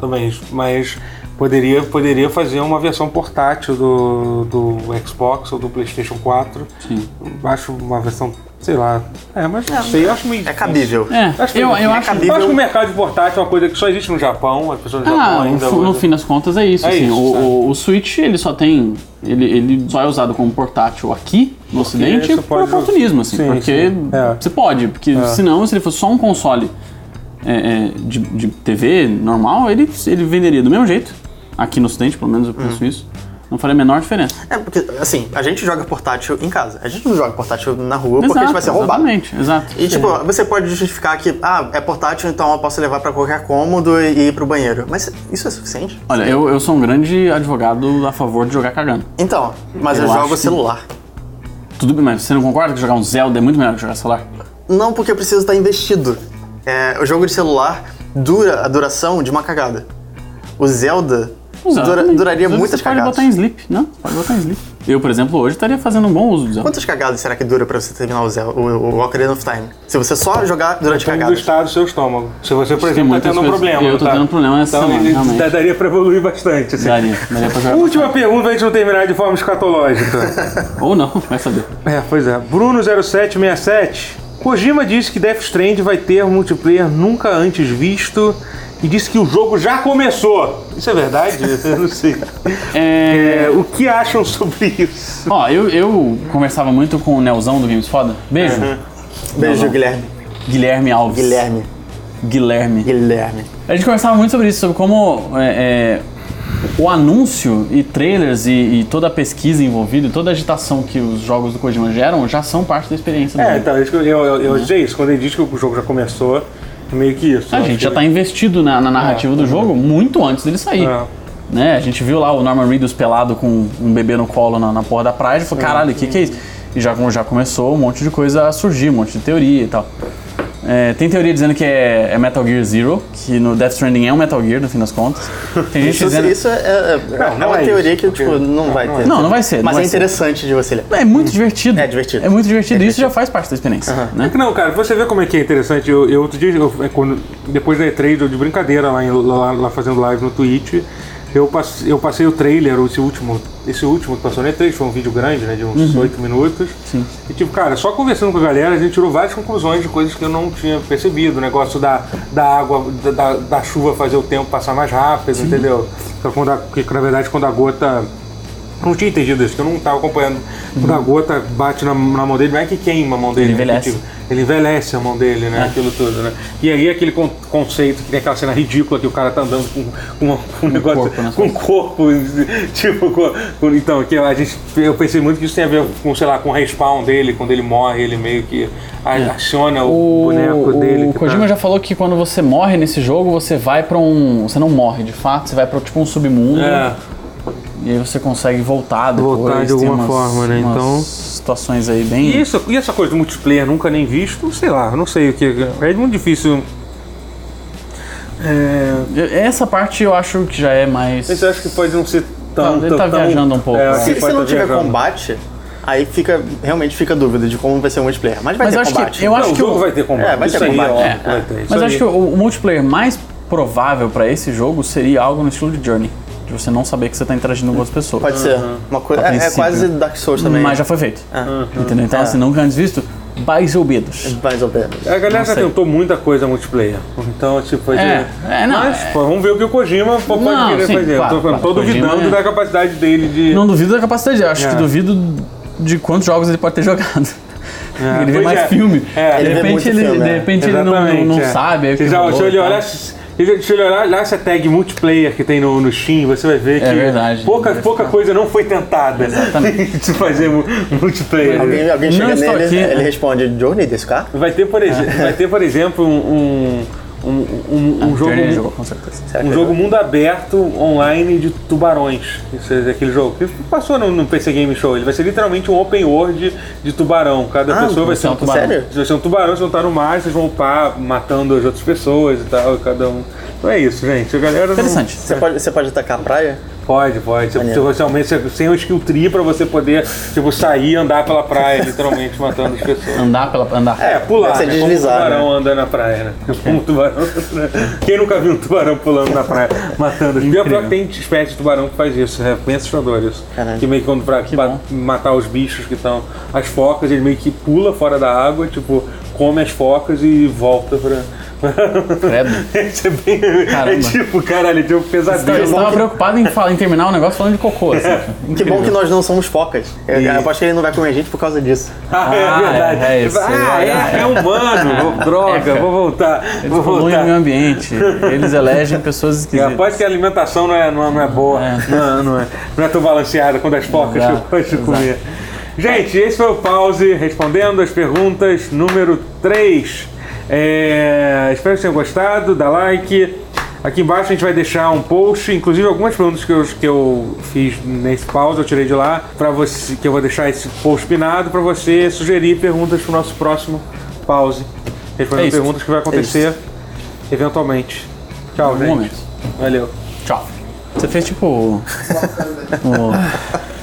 também. Mas. Poderia, poderia fazer uma versão portátil do, do Xbox ou do PlayStation 4.
Sim.
Acho uma versão, sei lá. É, mas não sei, eu acho meio.
é cabível.
É,
Acho
eu,
meio-
eu acho.
Eu acho que o mercado de portátil é uma coisa que só existe no Japão, as pessoas do Japão
Ah, no
ainda.
fu- no
usam.
fim das contas é isso.
É
assim,
isso,
o,
sabe?
o- o Switch ele só tem. Ele, ele só é usado como portátil aqui no Ocidente
você
por
pode-
oportunismo, assim.
Sim,
porque
sim. É.
você pode, porque senão, se ele fosse só um console é, é, de, de TV normal, ele, ele venderia do mesmo jeito. Aqui no Ocidente, pelo menos eu
Hum.
penso isso. Não faria a menor diferença.
É porque, assim, a gente joga portátil em casa. A gente não joga portátil na rua porque a gente
Exato,
vai ser roubado.
Exatamente, exato.
E, tipo, você pode justificar que, ah, é portátil, então eu posso levar pra qualquer cômodo e ir pro banheiro. Mas isso é suficiente?
Olha, eu, eu sou um grande advogado a favor de jogar cagando.
Então, mas eu,
Eu acho
jogo
que-
celular.
Tudo bem, mas você não concorda que jogar um Zelda é muito melhor que jogar celular?
Não porque eu preciso estar investido. É, o jogo de celular dura a duração de uma cagada. O Zelda,
Usar
dura-
também.
duraria
Às vezes
muitas
você pode
cagadas.
botar em sleep, não? Pode botar em sleep. Eu, por exemplo, hoje estaria fazendo um bom uso do Zelda.
Quantas cagadas será que dura pra você terminar o, Zelda, o, o Ocarina of Time? Se você só jogar durante
Depende do
cagadas.
estado do seu estômago. Se você, por
Tem
exemplo, tá
muitas
tendo um
coisas-
problema.
eu tô
tá?
tendo um problema essa
então,
semana,
ele-
realmente.
dá- Daria pra evoluir bastante. assim.
Daria, daria pra jogar.
Última pergunta pra gente não terminar de forma escatológica.
[laughs] Ou não, vai saber.
É, pois é. Bruno0767. Kojima disse que Death Strand vai ter multiplayer nunca antes visto e disse que o jogo já começou. Isso é verdade? Eu não sei.
É,
É, o que acham sobre isso?
Ó, eu, eu conversava muito com o Nelzão do Games Foda. Beijo.
Beijo, Guilherme.
Guilherme Alves.
Uhum. Guilherme.
Guilherme.
Guilherme.
A gente conversava muito sobre isso, sobre como é, é, o anúncio e trailers e, e toda a pesquisa envolvida, e toda a agitação que os jogos do Kojima geram já são parte da experiência do
É,
jogo.
então, isso que eu, eu, eu dizer isso. Quando ele diz que o jogo já começou, é meio que isso.
A
Eu
gente
acho
já tá investido na, na narrativa do jogo muito antes dele sair.
É.
Né? A gente viu lá o Norman Reedus pelado com um bebê no colo na, na porra da praia e falou, caralho, o que, que é isso? E já, já começou um monte de coisa a surgir, um monte de teoria e tal. É, tem teoria dizendo que é, é Metal Gear Zero, que no Death Stranding é um Metal Gear, no fim das contas. Tem gente
Isso,
dizendo.
isso é, é- é
não
uma
é
teoria
isso,
que,
porque-
tipo, não, vai ter.
Não, não vai ser, não
Mas
vai
é
ser.
interessante de você ler.
É
Hum.
muito divertido.
É divertido.
É muito divertido. Isso já faz parte da experiência.
É
Né?
que não, cara, você vê como é que é interessante. Eu, eu outro dia, eu- é quando- depois da E3, eu de brincadeira lá, em- lá- lá fazendo live no Twitch, eu, passe- eu passei o trailer, esse último, esse último que passou na E3, foi um vídeo grande, né, de
Uhum.
uns oito minutos. Sim. E tipo, cara, só conversando com a galera, a gente tirou várias conclusões de coisas que eu não tinha percebido. O negócio da, da água, da, da- da chuva fazer o tempo passar mais rápido, entendeu? Então, quando a- que, na verdade, quando a gota não tinha entendido isso, que eu não estava acompanhando. Quando a gota bate na, na mão dele, não é que queima a mão dele.
Ele
né?
Uhum. envelhece.
Que, tipo, ele envelhece a mão dele, né? Aquilo tudo, né? E aí aquele con- conceito, que tem aquela cena ridícula que o cara tá andando com, com, uma- com um negócio.
corpo né, nas
com um corpo. [laughs] Tipo, com- com- então, que a gente, eu pensei muito que isso tem a ver com, sei lá, com o respawn dele, quando ele morre, ele meio que a- aciona o, boneco dele.
É.
que
o
tá-
Kojima já falou que quando você morre nesse jogo, você vai pra um. Você não morre de fato, você vai pra tipo um submundo.
É,
E aí você consegue voltar depois.
Voltar de
tem
alguma
umas-
forma, né?
umas
Então-
Situações aí bem.
E, isso, e essa coisa do multiplayer nunca nem visto, sei lá, eu não sei o que. É muito difícil. É,
Essa parte eu acho que já é mais.
Esse eu acho que pode não ser tão.
Tá, ele tá
tão-
viajando um pouco,
É,
né?
acho que
Se, se
pode
não
tá
tiver
viajando.
combate, aí fica, realmente fica a dúvida de como vai ser o multiplayer. Mas vai
Mas
ter
eu acho que-
combate.
eu
Não,
acho
o
que
jogo
o-
vai ter combate.
É, vai ter
Isso aí
combate.
óbvio
É.
que vai ter. Isso
Mas eu acho
aí-
que o, o multiplayer mais provável pra esse jogo seria algo no estilo de Journey. De você não saber que você tá interagindo com outras pessoas.
Pode ser. Uma coisa,
A
é, é
princípio.
quase Dark Souls também.
Mas já foi feito.
Ah.
Entendeu? Então,
É.
assim, nunca antes visto, mais ou
É.
menos.
Mais ou menos.
A galera já
sei.
tentou muita coisa multiplayer. Então, tipo, foi de-
É, é, não,
Mas,
é.
pô, vamos ver o que o Kojima pode
Não,
querer
sim,
fazer.
claro,
eu tô, eu tô
claro.
duvidando
Kojima é-
da capacidade dele de.
Não duvido da capacidade, eu acho
É.
que duvido de quantos jogos ele pode ter [laughs] jogado. ele vê
pois
mais
é.
filme.
É,
de
ele vê
repente
muito
ele,
filme,
de
é.
repente ele não, não, não
é.
sabe. aí o
Se,
que
já,
rolou
se
e
ele
tal.
olhar. Se se ele olhar lá essa tag multiplayer que tem no, no Steam, você vai ver que
É verdade.
pouca, pouca coisa não foi tentada né, [laughs] de fazer mu- multiplayer.
Alguém, alguém
Não
chega
estou
nele,
aqui.
né?
ele responde, Journey desse carro?
Vai ter, por,
[laughs]
exe- vai ter, por exemplo, um, um, um- um- um jogo,
Journey jogou, com certeza.
Será
um
que- é
jogo mundo aberto online de tubarões. Isso é aquele jogo que passou no, no PC Game Show. Ele vai ser literalmente um open world de tubarão. Cada
Ah,
pessoa vai ser um
é um
tubarão.
Sério?
Vocês são tubarões, vocês vão estar no mar, vocês vão upar matando as outras pessoas e tal, cada um. Então é isso, gente. A galera não-
Interessante.
Você pode, você pode atacar a praia?
Pode, pode. Você, você,
Maneiro.
você aumenta- você- sem o skill tree pra você poder, tipo, sair e andar pela
[laughs]
praia, literalmente matando as pessoas.
Andar pela. Andar.
É, pular.
Você
né?
deslizar,
Como um tubarão andando na praia, né? Como um tubarão. Quem nunca viu um tubarão pulando na
[laughs]
praia, matando? E a pior que tem espécie de tubarão que faz isso, é bem assustador isso.
Caralho.
Que meio que quando pra, pra
bom.
matar os bichos que estão. As focas, ele meio que pula fora da água, tipo, come as focas e volta pra. [laughs]
Credo.
Isso é bem. É
Caramba.
tipo, caralho, é tipo um
Eu
pesadelo.
estava preocupado em, falar- em terminar o negócio falando de cocô. Assim.
É.
Que bom que nós não somos focas. Eu,
E-
eu acho que ele não vai comer gente por causa disso.
[laughs] Ah, é
Ah,
verdade.
é, é isso.
ah, é, é humano. Droga,
[laughs] É,
vou voltar.
Eles
vou
poluem o
voltar.
meio ambiente. Eles elegem pessoas
É,
esquisitas.
Pode que a alimentação não é, não é, não é boa,
É.
Não, não é, não é tão balanceada quando as focas
Exato,
que pode comer. Gente, esse foi o pause respondendo as perguntas número 3. espero que tenham gostado, dá like. Aqui embaixo a gente vai deixar um post, inclusive algumas perguntas que eu, que eu fiz nesse pause, eu tirei de lá, para você que eu vou deixar esse post pinado para você sugerir perguntas para o nosso próximo pause. Respondendo
É isso.
perguntas que vai acontecer eventualmente. Tchau,
Algum
gente.
momento.
[laughs] Valeu.
Tchau. Você fez tipo. o-